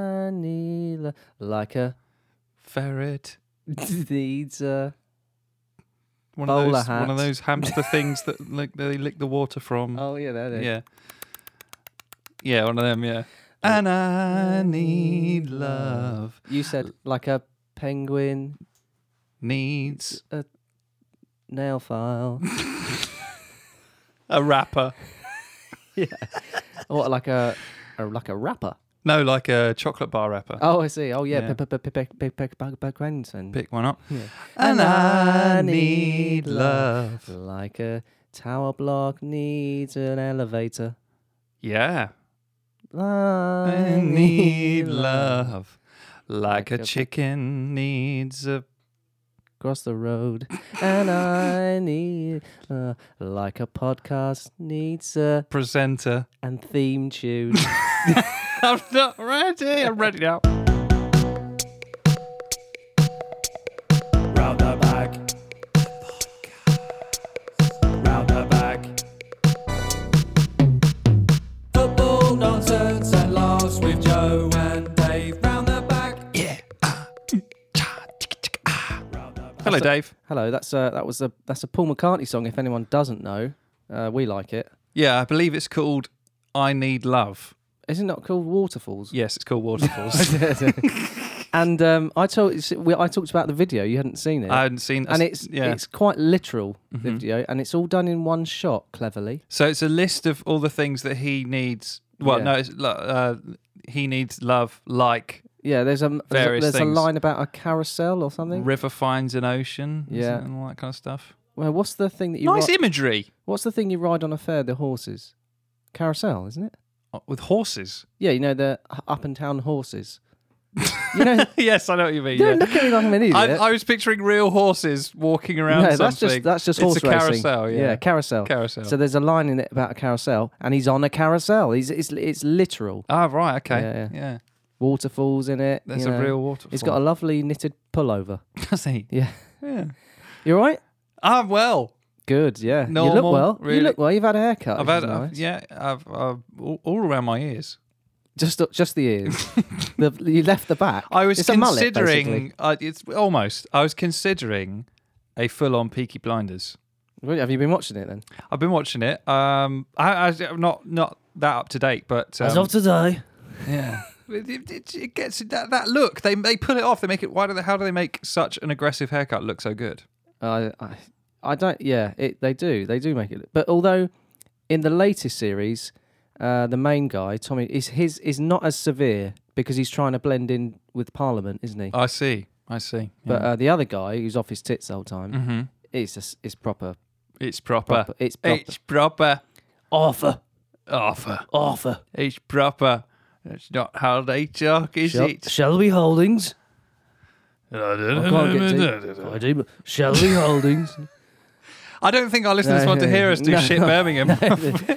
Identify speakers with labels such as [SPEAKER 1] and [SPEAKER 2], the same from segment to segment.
[SPEAKER 1] Ananila, like a
[SPEAKER 2] Ferret.
[SPEAKER 1] needs a.
[SPEAKER 2] One
[SPEAKER 1] Bowler
[SPEAKER 2] of those
[SPEAKER 1] hat.
[SPEAKER 2] one of those hamster things that like they lick the water from.
[SPEAKER 1] Oh yeah, that is.
[SPEAKER 2] Mm. yeah. Yeah, one of them, yeah. And I need
[SPEAKER 1] need
[SPEAKER 2] love.
[SPEAKER 1] You said like a penguin
[SPEAKER 2] Needs
[SPEAKER 1] nail file.
[SPEAKER 2] a rapper.
[SPEAKER 1] what like a, a like a rapper?
[SPEAKER 2] No, like a chocolate bar rapper.
[SPEAKER 1] Oh, I see. Oh yeah,
[SPEAKER 2] Yeah.
[SPEAKER 1] Granson.
[SPEAKER 2] Pick one up.
[SPEAKER 1] Yeah.
[SPEAKER 2] And I need love.
[SPEAKER 1] Like a tower block needs an elevator.
[SPEAKER 2] Yeah.
[SPEAKER 1] I
[SPEAKER 2] I need love. Like a chicken needs a.
[SPEAKER 1] Cross the road, and I need uh, like a podcast needs a
[SPEAKER 2] presenter.
[SPEAKER 1] and theme tune.
[SPEAKER 2] I'm not ready. I'm ready now. Round the back. Round the back. Football nonsense and laughs with Joe and Dave. Round the back. Yeah. Ah. Hello, Dave.
[SPEAKER 1] Hello, that's a, that was a that's a Paul McCartney song. If anyone doesn't know, uh, we like it.
[SPEAKER 2] Yeah, I believe it's called "I Need Love."
[SPEAKER 1] Is it not called Waterfalls?
[SPEAKER 2] Yes, it's called Waterfalls.
[SPEAKER 1] and um, I told we, I talked about the video. You hadn't seen it,
[SPEAKER 2] I hadn't seen.
[SPEAKER 1] and it's
[SPEAKER 2] Oh, yeah. Mm-hmm.
[SPEAKER 1] it's quite literal the video, and it's all done in one shot, cleverly.
[SPEAKER 2] So it's a list of all the things that he needs. Well,
[SPEAKER 1] Yeah.
[SPEAKER 2] no, it's, lo- uh, he needs love like
[SPEAKER 1] Yeah, there's a there's,
[SPEAKER 2] Various
[SPEAKER 1] a, there's a
[SPEAKER 2] things.
[SPEAKER 1] line about a carousel or something.
[SPEAKER 2] river finds an ocean, isn't
[SPEAKER 1] Yeah.
[SPEAKER 2] it, and all that kind of stuff.
[SPEAKER 1] well, what's the thing that you
[SPEAKER 2] nice e-
[SPEAKER 1] ri-
[SPEAKER 2] imagery
[SPEAKER 1] what's the thing you ride on a fair? The horses, carousel, isn't it?
[SPEAKER 2] Uh, with horses.
[SPEAKER 1] Yeah, you know the h- up and down horses. you know,
[SPEAKER 2] yes, I know what you mean.
[SPEAKER 1] don't
[SPEAKER 2] yeah.
[SPEAKER 1] look at me like I'm an idiot.
[SPEAKER 2] I, I was picturing real horses walking around.
[SPEAKER 1] no,
[SPEAKER 2] something.
[SPEAKER 1] that's just that's just
[SPEAKER 2] it's
[SPEAKER 1] horse
[SPEAKER 2] a
[SPEAKER 1] racing.
[SPEAKER 2] carousel. Yeah,
[SPEAKER 1] carousel.
[SPEAKER 2] carousel.
[SPEAKER 1] So there's a line in it about a carousel, and he's on a carousel. He's it's it's literal.
[SPEAKER 2] ah, right. Okay.
[SPEAKER 1] Yeah,
[SPEAKER 2] Yeah,
[SPEAKER 1] Waterfalls in it.
[SPEAKER 2] that's
[SPEAKER 1] you
[SPEAKER 2] a
[SPEAKER 1] know.
[SPEAKER 2] real waterfall.
[SPEAKER 1] He's got a lovely knitted pullover.
[SPEAKER 2] Does he?
[SPEAKER 1] Yeah,
[SPEAKER 2] Yeah.
[SPEAKER 1] you all right?
[SPEAKER 2] Ah, well.
[SPEAKER 1] Good. Yeah, you look
[SPEAKER 2] Normal,
[SPEAKER 1] well. You
[SPEAKER 2] really.
[SPEAKER 1] look well. You've had a haircut.
[SPEAKER 2] I've
[SPEAKER 1] which
[SPEAKER 2] had.
[SPEAKER 1] is
[SPEAKER 2] I've-
[SPEAKER 1] nice.
[SPEAKER 2] yeah. I've, I've all, all around my ears.
[SPEAKER 1] just just the ears. the, you left the back.
[SPEAKER 2] I was
[SPEAKER 1] It's a mullet,
[SPEAKER 2] considering.
[SPEAKER 1] basically.
[SPEAKER 2] uh, it's almost. I was considering a full-on Peaky Blinders.
[SPEAKER 1] Really? Have you been watching it then?
[SPEAKER 2] I've been watching it. Um, I, I am not not that up to date, but um,
[SPEAKER 1] today.
[SPEAKER 2] yeah. It, it- it gets that, that look. They they pull it off. They make it. Why do they? How do they make such an aggressive haircut look so good?
[SPEAKER 1] I I, I don't. Yeah, it, they do. They do make it. look- But although in the latest series, uh, the main guy Tommy is his is not as severe because he's trying to blend in with Parliament, isn't he?
[SPEAKER 2] I see. I see.
[SPEAKER 1] But uh, the other guy who's off his tits the whole time,
[SPEAKER 2] hmm
[SPEAKER 1] it's just, it's proper.
[SPEAKER 2] it's proper.
[SPEAKER 1] proper it's proper.
[SPEAKER 2] It's proper.
[SPEAKER 1] Arthur.
[SPEAKER 2] Offer.
[SPEAKER 1] Arthur.
[SPEAKER 2] It's proper. That's not how they talk, is
[SPEAKER 1] Shel-
[SPEAKER 2] it?
[SPEAKER 1] Shelby Holdings. I can't get deep.
[SPEAKER 2] I
[SPEAKER 1] I do, but Shelby Holdings.
[SPEAKER 2] don't think I listen to this
[SPEAKER 1] No,
[SPEAKER 2] one to
[SPEAKER 1] no,
[SPEAKER 2] hear us do
[SPEAKER 1] no.
[SPEAKER 2] shit Birmingham.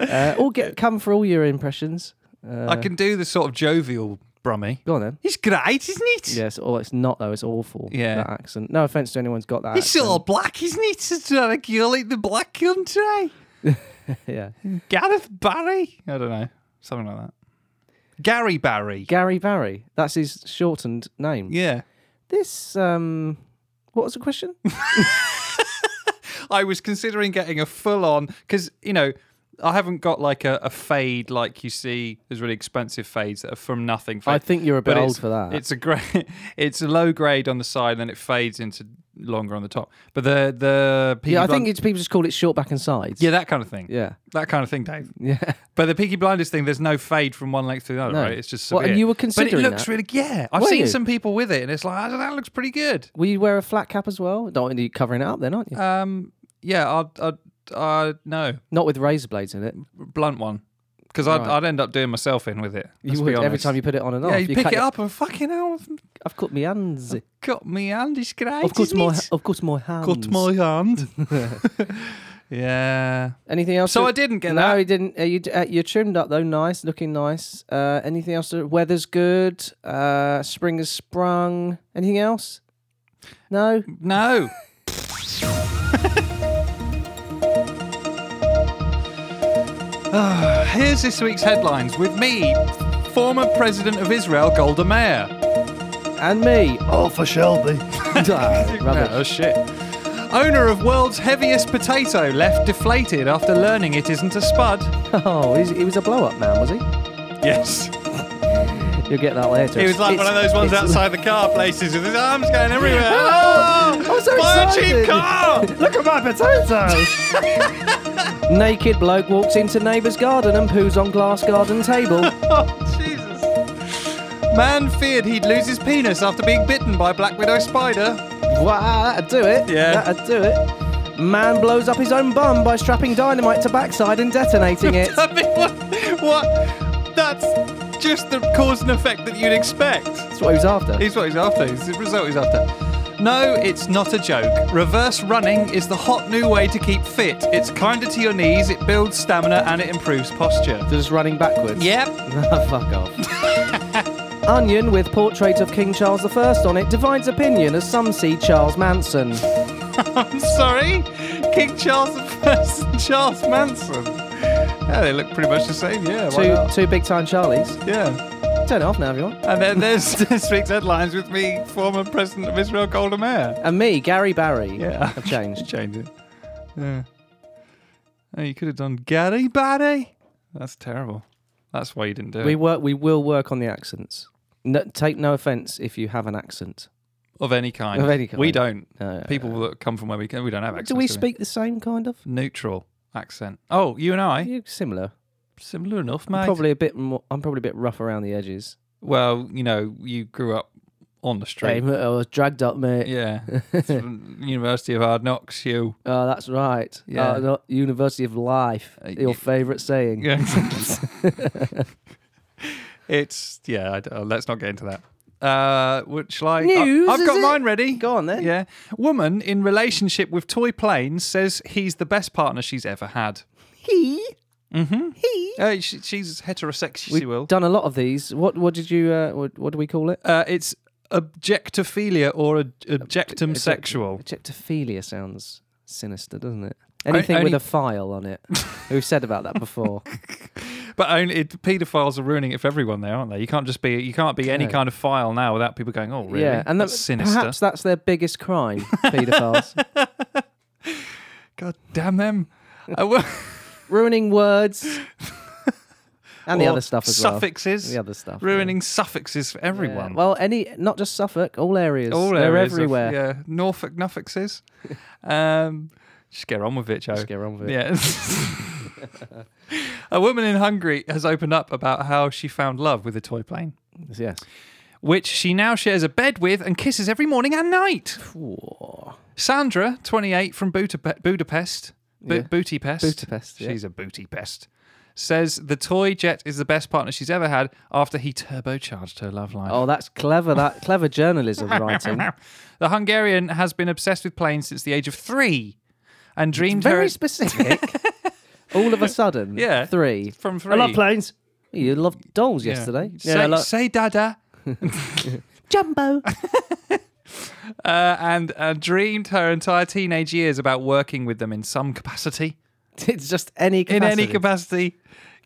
[SPEAKER 1] Uh, all get come for all your impressions. Uh,
[SPEAKER 2] I can do the sort of jovial Brummy.
[SPEAKER 1] go on then.
[SPEAKER 2] It's great, isn't it?
[SPEAKER 1] Yes, or it's not though. It's awful.
[SPEAKER 2] Yeah.
[SPEAKER 1] that accent. No offense to anyone's got that.
[SPEAKER 2] It's all black, isn't it? It's uh, like you like the black country.
[SPEAKER 1] accent. yeah,
[SPEAKER 2] Gareth Barry. I don't know. Something like that. Gary Barry.
[SPEAKER 1] Gary Barry. That's his shortened name.
[SPEAKER 2] yeah.
[SPEAKER 1] This um, what was the question?
[SPEAKER 2] I was considering getting a full on because you know I haven't got like a, a fade like you see. There's really expensive fades that are from nothing.
[SPEAKER 1] I think you're a bit
[SPEAKER 2] But
[SPEAKER 1] old
[SPEAKER 2] it's-
[SPEAKER 1] for that.
[SPEAKER 2] It's a great. It's a low grade on the side, and then it fades into longer on the top. But the the Peaky
[SPEAKER 1] yeah, I
[SPEAKER 2] Blind-
[SPEAKER 1] think it's, people just call it short back and sides.
[SPEAKER 2] yeah that kind of thing.
[SPEAKER 1] yeah,
[SPEAKER 2] That kind of thing, Dave.
[SPEAKER 1] yeah.
[SPEAKER 2] But the Peaky Blinders thing, there's no fade from one length to the other,
[SPEAKER 1] No.
[SPEAKER 2] right? It's just
[SPEAKER 1] Well, and
[SPEAKER 2] severe.
[SPEAKER 1] you were
[SPEAKER 2] But
[SPEAKER 1] considering
[SPEAKER 2] it looks
[SPEAKER 1] that?
[SPEAKER 2] really yeah. I've
[SPEAKER 1] Were
[SPEAKER 2] seen
[SPEAKER 1] you?
[SPEAKER 2] some people with it, and it's like oh, that looks pretty good.
[SPEAKER 1] Will you wear a flat cap as well? Don't you're covering it up then, aren't you?
[SPEAKER 2] Um, yeah, I'd I'd, I'd no
[SPEAKER 1] not with razor blades in it.
[SPEAKER 2] blunt one because I'd,
[SPEAKER 1] Right.
[SPEAKER 2] I'd end up doing myself in with it.
[SPEAKER 1] You would every time you put it on and off.
[SPEAKER 2] yeah, you, pick
[SPEAKER 1] cut
[SPEAKER 2] it
[SPEAKER 1] your-
[SPEAKER 2] up and fucking hell, I've
[SPEAKER 1] I've cut my hands.
[SPEAKER 2] got my hand. It's great.
[SPEAKER 1] I've cut
[SPEAKER 2] isn't
[SPEAKER 1] my.
[SPEAKER 2] it?
[SPEAKER 1] I've cut my hands.
[SPEAKER 2] Cut my hand. yeah.
[SPEAKER 1] Anything else?
[SPEAKER 2] So
[SPEAKER 1] to-
[SPEAKER 2] I didn't get
[SPEAKER 1] no,
[SPEAKER 2] that.
[SPEAKER 1] he didn't. Uh, you, d- uh, you're trimmed up though, nice, looking nice. Uh, anything else? to- Weather's good. Uh, spring has sprung. Anything else? No.
[SPEAKER 2] No. Ah, Here's this week's headlines with me, former president of Israel, Golda Meir.
[SPEAKER 1] And me.
[SPEAKER 3] All for Shelby.
[SPEAKER 1] Ah, rubbish.
[SPEAKER 2] Oh, shit. Owner of world's heaviest potato, left deflated after learning it isn't a spud.
[SPEAKER 1] Oh, he's, he was a blow up man, was he?
[SPEAKER 2] Yes.
[SPEAKER 1] You'll get that later.
[SPEAKER 2] He was like one of those ones outside the car places with his arms going everywhere. Oh,
[SPEAKER 1] I'm so
[SPEAKER 2] buy a
[SPEAKER 1] excited.
[SPEAKER 2] cheap car!
[SPEAKER 3] Look at my potatoes.
[SPEAKER 1] Naked bloke walks into neighbour's garden and poos on glass garden table.
[SPEAKER 2] Oh, Jesus. Man feared he'd lose his penis after being bitten by black widow spider.
[SPEAKER 1] wow, that'd do it.
[SPEAKER 2] Yeah.
[SPEAKER 1] That'd do it. Man blows up his own bum by strapping dynamite to backside and detonating it.
[SPEAKER 2] I mean, what? what? That's just the cause and effect that you'd expect.
[SPEAKER 1] That's what he was after.
[SPEAKER 2] Here's what he's after. Here's the result he's after. No, it's not a joke. Reverse running is the hot new way to keep fit. It's kinder to your knees, it builds stamina, and it improves posture.
[SPEAKER 1] Just running backwards.
[SPEAKER 2] Yep.
[SPEAKER 1] Ah, Fuck off. Onion with portrait of King Charles I on it divides opinion as some see Charles Manson.
[SPEAKER 2] I'm sorry. King Charles I and Charles Manson. Yeah, they look pretty much the same. Yeah, why
[SPEAKER 1] Two,
[SPEAKER 2] not?
[SPEAKER 1] two big time Charlies.
[SPEAKER 2] Yeah.
[SPEAKER 1] Turn it off now if you want.
[SPEAKER 2] And then there's this week's headlines with me, former president of Israel, Golda Meir.
[SPEAKER 1] And me, Gary Barry.
[SPEAKER 2] Yeah.
[SPEAKER 1] I've changed.
[SPEAKER 2] Change it. Yeah. Oh, you could have done Gary Barry. That's terrible. That's why you didn't do
[SPEAKER 1] We
[SPEAKER 2] it.
[SPEAKER 1] work. We will work on the accents. No, take no offence if you have an accent.
[SPEAKER 2] Of any kind.
[SPEAKER 1] Of any kind.
[SPEAKER 2] We don't.
[SPEAKER 1] No.
[SPEAKER 2] People that come from where we come, we don't have accents.
[SPEAKER 1] Do we
[SPEAKER 2] do
[SPEAKER 1] speak the same kind of?
[SPEAKER 2] neutral accent? Oh, you and I,
[SPEAKER 1] You similar.
[SPEAKER 2] similar enough,
[SPEAKER 1] I'm
[SPEAKER 2] mate.
[SPEAKER 1] probably a bit more. I'm probably a bit rough around the edges.
[SPEAKER 2] Well, you know, you grew up on the street.
[SPEAKER 1] Hey, mate, I was dragged up, mate.
[SPEAKER 2] Yeah. From University of Hard Knocks, you.
[SPEAKER 1] Oh, that's right.
[SPEAKER 2] Yeah.
[SPEAKER 1] Oh, no, University of Life.
[SPEAKER 2] Uh,
[SPEAKER 1] your
[SPEAKER 2] y-
[SPEAKER 1] favourite saying.
[SPEAKER 2] it's, yeah, I d- uh, let's not get into that. Uh, what, shall I? I-
[SPEAKER 1] News,
[SPEAKER 2] I've
[SPEAKER 1] is
[SPEAKER 2] got
[SPEAKER 1] it?
[SPEAKER 2] mine ready.
[SPEAKER 1] Go on then.
[SPEAKER 2] Yeah. Woman in relationship with toy planes says he's the best partner she's ever had.
[SPEAKER 1] He. Mm-hmm.
[SPEAKER 2] Uh, she, she's heterosexual, she
[SPEAKER 1] We've
[SPEAKER 2] will.
[SPEAKER 1] done a lot of these. What? What did you? Uh, what, what do we call it?
[SPEAKER 2] Uh, it's objectophilia or ob- objectum sexual.
[SPEAKER 1] Egyptophilia sounds sinister, doesn't it? Anything
[SPEAKER 2] only-
[SPEAKER 1] with a file on it. We've said about that before.
[SPEAKER 2] But only it, paedophiles are ruining it for everyone there, aren't they? You can't just be you can't be any
[SPEAKER 1] No.
[SPEAKER 2] kind of file now without people going, "Oh, really?"
[SPEAKER 1] Yeah, and
[SPEAKER 2] that's sinister.
[SPEAKER 1] Perhaps that's their biggest crime, paedophiles,
[SPEAKER 2] God damn them. Uh, well-
[SPEAKER 1] ruining words and the
[SPEAKER 2] or
[SPEAKER 1] other stuff as
[SPEAKER 2] suffixes,
[SPEAKER 1] well. The other stuff, yeah.
[SPEAKER 2] ruining suffixes for
[SPEAKER 1] Yeah.
[SPEAKER 2] everyone.
[SPEAKER 1] Well, any not just Suffolk, all areas.
[SPEAKER 2] All
[SPEAKER 1] They're
[SPEAKER 2] areas of-
[SPEAKER 1] everywhere.
[SPEAKER 2] yeah, Norfolk nuffixes. um, just get on with it, Joe.
[SPEAKER 1] Just get on with it.
[SPEAKER 2] Yeah. a woman in Hungary has opened up about how she found love with a toy plane,
[SPEAKER 1] Yes.
[SPEAKER 2] which she now shares a bed with and kisses every morning and night.
[SPEAKER 1] Whoa.
[SPEAKER 2] Sandra, 28, from Budape- Budapest. Bu-
[SPEAKER 1] Yeah.
[SPEAKER 2] Budapest.
[SPEAKER 1] Budapest, yeah.
[SPEAKER 2] She's a booty pest. Says the toy jet is the best partner she's ever had after he turbocharged her love life.
[SPEAKER 1] Oh, that's clever. That clever journalism writing.
[SPEAKER 2] The Hungarian has been obsessed with planes since the age of three and dreamed her.
[SPEAKER 1] Very specific. all of a sudden.
[SPEAKER 2] Yeah.
[SPEAKER 1] Three.
[SPEAKER 2] From three.
[SPEAKER 1] I love planes. You loved dolls
[SPEAKER 2] Yeah.
[SPEAKER 1] yesterday.
[SPEAKER 2] Say,
[SPEAKER 1] I love-
[SPEAKER 2] say dada.
[SPEAKER 1] Jumbo.
[SPEAKER 2] Uh, and uh, dreamed her entire teenage years about working with them in some capacity.
[SPEAKER 1] it's just any
[SPEAKER 2] in
[SPEAKER 1] capacity.
[SPEAKER 2] any capacity,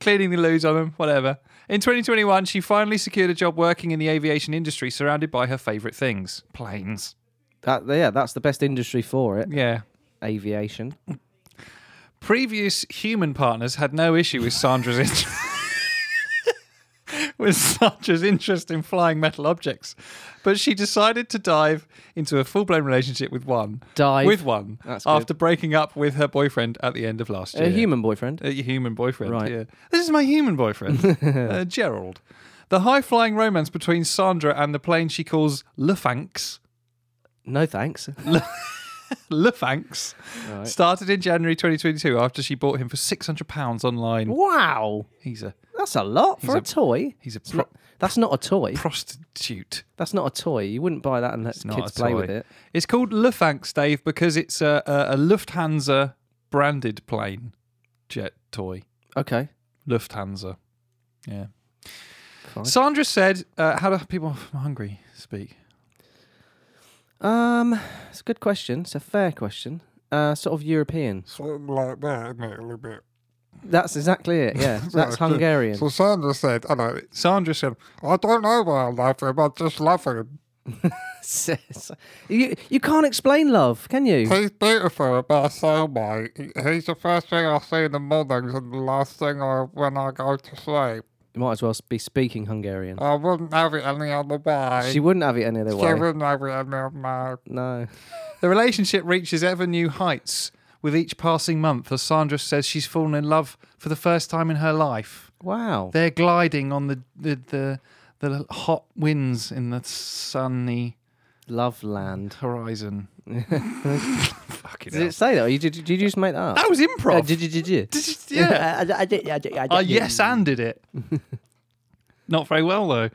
[SPEAKER 2] cleaning the loos on them, whatever. In 2021, she finally secured a job working in the aviation industry, surrounded by her favourite things: planes.
[SPEAKER 1] That- yeah, that's the best industry for it.
[SPEAKER 2] Yeah.
[SPEAKER 1] Aviation.
[SPEAKER 2] Previous human partners had no issue with Sandra's interest. With Sandra's interest in flying metal objects, but she decided to dive into a full-blown relationship with one.
[SPEAKER 1] Dive.
[SPEAKER 2] with one
[SPEAKER 1] That's good.
[SPEAKER 2] after breaking up with her boyfriend at the end of last year.
[SPEAKER 1] A human boyfriend.
[SPEAKER 2] Uh, your human boyfriend.
[SPEAKER 1] Right.
[SPEAKER 2] Yeah. This is my human boyfriend, uh, Gerald. The high flying romance between Sandra and the plane she calls Lufanx,
[SPEAKER 1] No thanks.
[SPEAKER 2] Lufanx,
[SPEAKER 1] Right.
[SPEAKER 2] started in January 2022 after she bought him for £600 online.
[SPEAKER 1] Wow.
[SPEAKER 2] He's a
[SPEAKER 1] That's a lot for
[SPEAKER 2] a-
[SPEAKER 1] a, toy.
[SPEAKER 2] he's a pro-
[SPEAKER 1] not- That's not a toy.
[SPEAKER 2] prostitute.
[SPEAKER 1] That's not a toy. You wouldn't buy that and let
[SPEAKER 2] not
[SPEAKER 1] kids
[SPEAKER 2] a
[SPEAKER 1] play
[SPEAKER 2] toy.
[SPEAKER 1] with it.
[SPEAKER 2] It's called Lufanx, Dave, because it's a, a, a Lufthansa branded plane jet toy.
[SPEAKER 1] Okay.
[SPEAKER 2] Lufthansa. Yeah.
[SPEAKER 1] Fine.
[SPEAKER 2] Sandra said, uh, "How do people from Hungary speak?"
[SPEAKER 1] Um, it's a good question. It's a fair question. Uh, sort of European.
[SPEAKER 4] Something like that, isn't it? A little bit.
[SPEAKER 1] That's exactly it. Yeah, that's Hungarian.
[SPEAKER 4] So Sandra said, I know,
[SPEAKER 2] Sandra said,
[SPEAKER 4] I don't know why I love him, I just love him.
[SPEAKER 1] you you can't explain love, can you?
[SPEAKER 4] He's beautiful, but so mate. He- He's the first thing I see in the mornings and the last thing I, when I go to sleep.
[SPEAKER 1] You might as well be speaking Hungarian.
[SPEAKER 4] I wouldn't have it any other way.
[SPEAKER 1] She wouldn't have it any other
[SPEAKER 4] She
[SPEAKER 1] way.
[SPEAKER 4] wouldn't have it any other way.
[SPEAKER 1] No.
[SPEAKER 2] The relationship reaches ever new heights with each passing month as Sandra says she's fallen in love for the first time in her life.
[SPEAKER 1] Wow.
[SPEAKER 2] They're gliding on the the the, the hot winds in the sunny
[SPEAKER 1] Love land.
[SPEAKER 2] horizon. Fucking
[SPEAKER 1] Did
[SPEAKER 2] hell.
[SPEAKER 1] it say that? Or you, did, did you just make that up?
[SPEAKER 2] That was
[SPEAKER 1] Uh,
[SPEAKER 2] improv.
[SPEAKER 1] did you? Did you?
[SPEAKER 2] Oh, Did you- yeah. I yes and did it. Not very well though.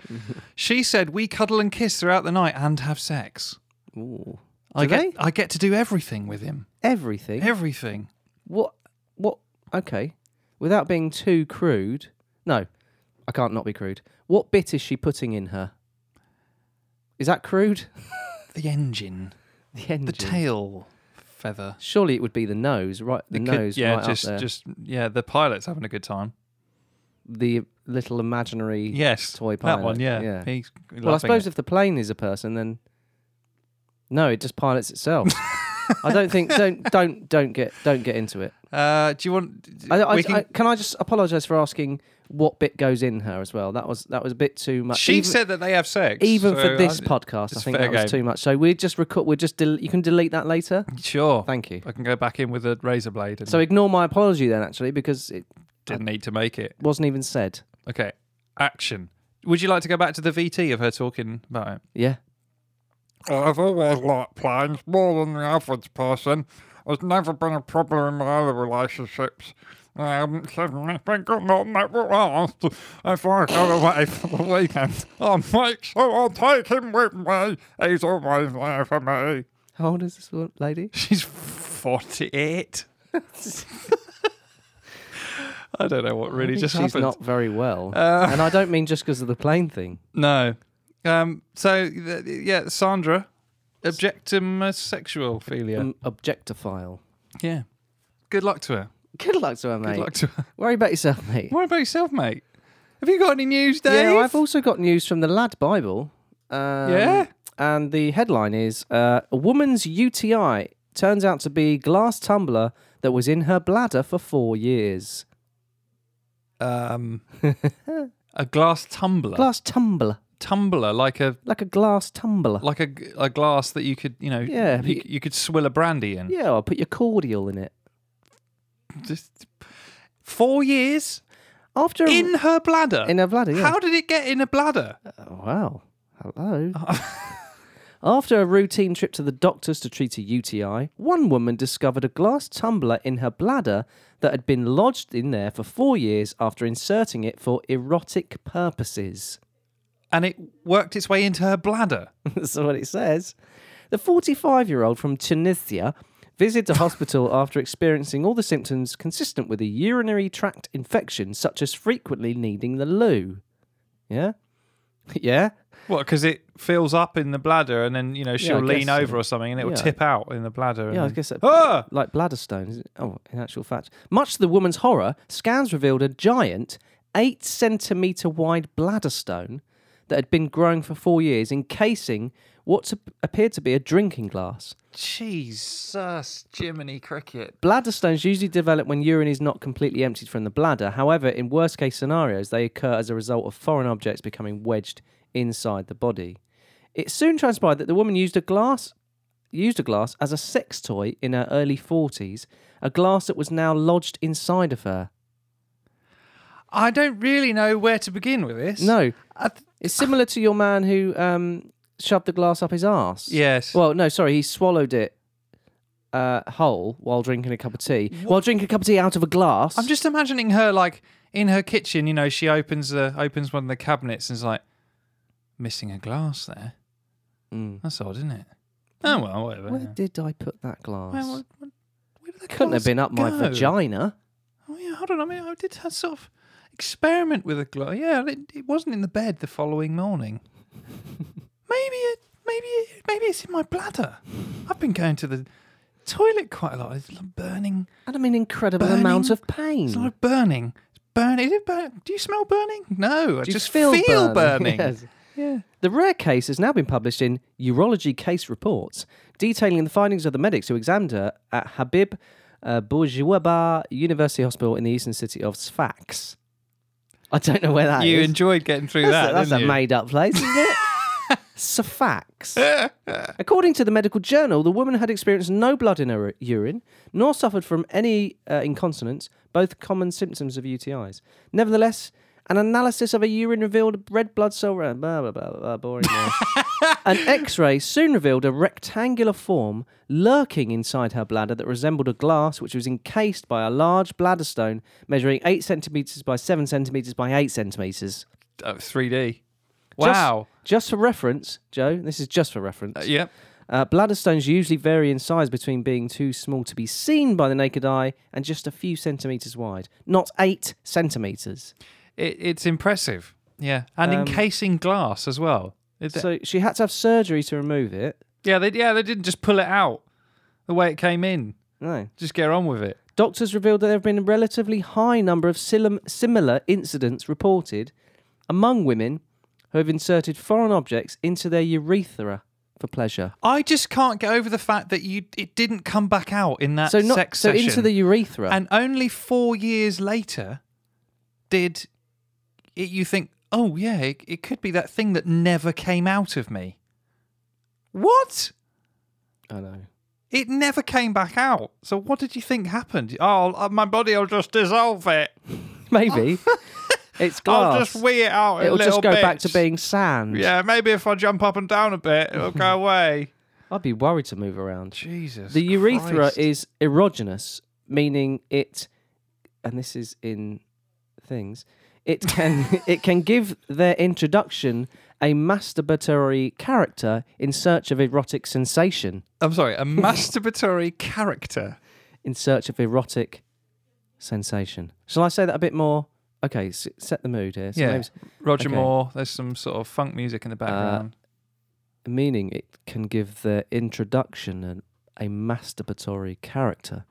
[SPEAKER 2] She said we cuddle and kiss throughout the night and have sex.
[SPEAKER 1] Ooh.
[SPEAKER 2] I
[SPEAKER 1] Do
[SPEAKER 2] get I get to do everything with him.
[SPEAKER 1] Everything.
[SPEAKER 2] Everything.
[SPEAKER 1] What? What? Okay. Without being too crude. No, I can't not be crude. What bit is she putting in her? Is that crude?
[SPEAKER 2] The engine.
[SPEAKER 1] The engine.
[SPEAKER 2] The tail feather.
[SPEAKER 1] Surely it would be the nose, right? The
[SPEAKER 2] It could-
[SPEAKER 1] nose,
[SPEAKER 2] yeah,
[SPEAKER 1] right
[SPEAKER 2] just
[SPEAKER 1] up there.
[SPEAKER 2] just yeah, the pilot's having a good time.
[SPEAKER 1] the little imaginary.
[SPEAKER 2] Yes,
[SPEAKER 1] toy
[SPEAKER 2] That
[SPEAKER 1] pilot,
[SPEAKER 2] one, yeah.
[SPEAKER 1] yeah.
[SPEAKER 2] He's
[SPEAKER 1] Well, I
[SPEAKER 2] loving
[SPEAKER 1] suppose
[SPEAKER 2] it.
[SPEAKER 1] if the plane is a person, then no, it just pilots itself. I don't think. Don't don't don't get don't get into it.
[SPEAKER 2] Uh, do you want?
[SPEAKER 1] I, I,
[SPEAKER 2] we
[SPEAKER 1] I-
[SPEAKER 2] can-
[SPEAKER 1] can... I, just apologise for asking what bit goes in her as well? That was that was a bit too much.
[SPEAKER 2] she
[SPEAKER 1] even,
[SPEAKER 2] said that they have sex.
[SPEAKER 1] even
[SPEAKER 2] so
[SPEAKER 1] for this
[SPEAKER 2] I-
[SPEAKER 1] podcast, I
[SPEAKER 2] it's
[SPEAKER 1] think
[SPEAKER 2] fair
[SPEAKER 1] that was
[SPEAKER 2] game.
[SPEAKER 1] too much. So we're just reco- we're just del- you can delete that later.
[SPEAKER 2] Sure,
[SPEAKER 1] Thank you.
[SPEAKER 2] I can go back in with a razor blade. And
[SPEAKER 1] So ignore my apology then, actually, because it
[SPEAKER 2] didn't need to make it.
[SPEAKER 1] wasn't even said.
[SPEAKER 2] Okay, action. Would you like to go back to the VT of her talking about it?
[SPEAKER 1] Yeah.
[SPEAKER 4] I've always liked planes more than the average person. There's never been a problem in my other relationships. Um, I haven't said anything or not never asked. If I go away for the weekend, I'll make sure I'll take him with me. He's always there for me.
[SPEAKER 1] How old is this one, lady?
[SPEAKER 2] She's forty-eight. I don't know what really
[SPEAKER 1] I think
[SPEAKER 2] just
[SPEAKER 1] she's
[SPEAKER 2] happened. Uh,
[SPEAKER 1] not very well, and I don't mean just because of the plane thing.
[SPEAKER 2] No. Um, so th- yeah, Sandra, objectum sexual philia.
[SPEAKER 1] Um, objectophile.
[SPEAKER 2] yeah. Good luck to her.
[SPEAKER 1] Good luck to her, mate.
[SPEAKER 2] Good luck to her.
[SPEAKER 1] Worry about yourself, mate.
[SPEAKER 2] What about yourself, mate? Have you got any news, Dave?
[SPEAKER 1] Yeah, I've also got news from the Lad Bible. Um,
[SPEAKER 2] Yeah?
[SPEAKER 1] And the headline is uh, A woman's UTI turns out to be glass tumbler that was in her bladder for four years.
[SPEAKER 2] um, a glass tumbler,
[SPEAKER 1] Glass tumbler.
[SPEAKER 2] tumbler like a
[SPEAKER 1] Like a glass tumbler.
[SPEAKER 2] like a, a glass that you could you know
[SPEAKER 1] Yeah,
[SPEAKER 2] you,
[SPEAKER 1] but-
[SPEAKER 2] you could swill a brandy in.
[SPEAKER 1] yeah, I'll put your cordial in it.
[SPEAKER 2] Just four years
[SPEAKER 1] After a-
[SPEAKER 2] in her bladder.
[SPEAKER 1] in her bladder, yeah.
[SPEAKER 2] How did it get in a bladder?
[SPEAKER 1] Oh, wow. Hello. After a routine trip to the doctors to treat a UTI, one woman discovered a glass tumbler in her bladder that had been lodged in there for four years after inserting it for erotic purposes.
[SPEAKER 2] And it worked its way into her bladder.
[SPEAKER 1] That's what it says. The 45 year old from Tunisia visited a hospital after experiencing all the symptoms consistent with a urinary tract infection, such as frequently needing the loo. Yeah? Yeah?
[SPEAKER 2] What? Because it fills up in the bladder, and then you know she'll
[SPEAKER 1] I guess
[SPEAKER 2] lean
[SPEAKER 1] so.
[SPEAKER 2] over or something, and it will
[SPEAKER 1] Yeah.
[SPEAKER 2] tip out in the bladder. and
[SPEAKER 1] Yeah, I
[SPEAKER 2] then-
[SPEAKER 1] guess that-
[SPEAKER 2] Ah!
[SPEAKER 1] like bladder stones. Oh, in actual fact, much to the woman's horror, scans revealed a giant eight centimeter wide bladder stone that had been growing for four years, encasing what ap- appeared to be a drinking glass.
[SPEAKER 2] Jesus, Jiminy Cricket.
[SPEAKER 1] Bladder stones usually develop when urine is not completely emptied from the bladder. However, in worst case scenarios, they occur as a result of foreign objects becoming wedged inside the body. It soon transpired that the woman used a glass used a glass as a sex toy in her early 40s, a glass that was now lodged inside of her.
[SPEAKER 2] I don't really know where to begin with this.
[SPEAKER 1] No,
[SPEAKER 2] I th-
[SPEAKER 1] it's similar to your man who um, shoved the glass up his arse.
[SPEAKER 2] yes.
[SPEAKER 1] Well, no, sorry, he swallowed it uh, whole while drinking a cup of tea. While drinking a cup of tea out of a glass.
[SPEAKER 2] I'm just imagining her like in her kitchen. You know, she opens the opens one of the cabinets and is like, missing a glass there.
[SPEAKER 1] Mm.
[SPEAKER 2] That's odd, isn't it? Oh well, whatever.
[SPEAKER 1] Hmm. Where
[SPEAKER 2] yeah.
[SPEAKER 1] did I put that glass?
[SPEAKER 2] Where- where- where did that
[SPEAKER 1] Couldn't have
[SPEAKER 2] glass
[SPEAKER 1] been up my
[SPEAKER 2] go?
[SPEAKER 1] vagina.
[SPEAKER 2] Oh yeah, hold on. I mean, I did have sort of experiment with a glow. Yeah, it, it wasn't in the bed the following morning. maybe it, maybe it, maybe it's in my bladder. I've been going to the toilet quite a lot. It's like burning.
[SPEAKER 1] And I mean, incredible amount
[SPEAKER 2] Burning.
[SPEAKER 1] of pain.
[SPEAKER 2] It's like burning. It's burning. Is it burn? Do you smell burning? No, I
[SPEAKER 1] Do you
[SPEAKER 2] just feel, burning.
[SPEAKER 1] Yes.
[SPEAKER 2] Yeah.
[SPEAKER 1] The rare case has now been published in Urology Case Reports, detailing the findings of the medics who examined her at Habib uh, Bourguiba University Hospital in the eastern city of Sfax. I don't know where that is.
[SPEAKER 2] You enjoyed getting through
[SPEAKER 1] That's,
[SPEAKER 2] that.
[SPEAKER 1] a, that's
[SPEAKER 2] didn't
[SPEAKER 1] a
[SPEAKER 2] you?
[SPEAKER 1] made-up place, isn't it? Sfax. According to the medical journal, the woman had experienced no blood in her urine, nor suffered from any uh, incontinence, both common symptoms of UTIs. Nevertheless, an analysis of her urine revealed red blood cell. Blah, blah, blah, blah, boring. now. an x ray soon revealed a rectangular form lurking inside her bladder that resembled a glass, which was encased by a large bladder stone measuring 8 centimetres by 7 centimetres by 8 centimetres.
[SPEAKER 2] Oh, 3D. Wow.
[SPEAKER 1] Just, just for reference, Joe, this is just for reference.
[SPEAKER 2] Uh, yep.
[SPEAKER 1] Uh, bladder stones usually vary in size between being too small to be seen by the naked eye and just a few centimetres wide, not eight centimetres.
[SPEAKER 2] It, it's impressive. Yeah. And encasing glass as well. Is it-
[SPEAKER 1] Um, So she had to have surgery to remove it.
[SPEAKER 2] yeah, they yeah, they didn't just pull it out the way it came in.
[SPEAKER 1] No.
[SPEAKER 2] Just get on with it.
[SPEAKER 1] Doctors revealed that there have been a relatively high number of sil- similar incidents reported among women who have inserted foreign objects into their urethra for pleasure.
[SPEAKER 2] I just can't get over the fact that you it didn't come back out in that
[SPEAKER 1] so not
[SPEAKER 2] sex
[SPEAKER 1] so
[SPEAKER 2] session.
[SPEAKER 1] into the urethra.
[SPEAKER 2] and only four years later did it, you think, oh yeah, it, it could be that thing that never came out of me. What?
[SPEAKER 1] I know.
[SPEAKER 2] It never came back out. So what did you think happened? Oh, uh, my body will just dissolve it.
[SPEAKER 1] Maybe. it's glass.
[SPEAKER 2] I'll just wee it out. in
[SPEAKER 1] It'll just
[SPEAKER 2] little
[SPEAKER 1] go back to
[SPEAKER 2] bits.
[SPEAKER 1] being sand.
[SPEAKER 2] Yeah, maybe if I jump up and down a bit, it'll go away.
[SPEAKER 1] I'd be worried to move around.
[SPEAKER 2] Jesus.
[SPEAKER 1] The urethra
[SPEAKER 2] Christ.
[SPEAKER 1] is erogenous, meaning it, and this is in things, it can it can give their introduction a masturbatory character in search of erotic sensation,
[SPEAKER 2] I'm sorry, a masturbatory character.
[SPEAKER 1] in search of erotic sensation. Shall I say that a bit more? Okay, s- set the mood here. So
[SPEAKER 2] yeah.
[SPEAKER 1] maybe s-
[SPEAKER 2] Roger
[SPEAKER 1] okay. Uh,
[SPEAKER 2] Moore. There's some sort of funk music in the background.
[SPEAKER 1] meaning it can give their introduction an, a masturbatory character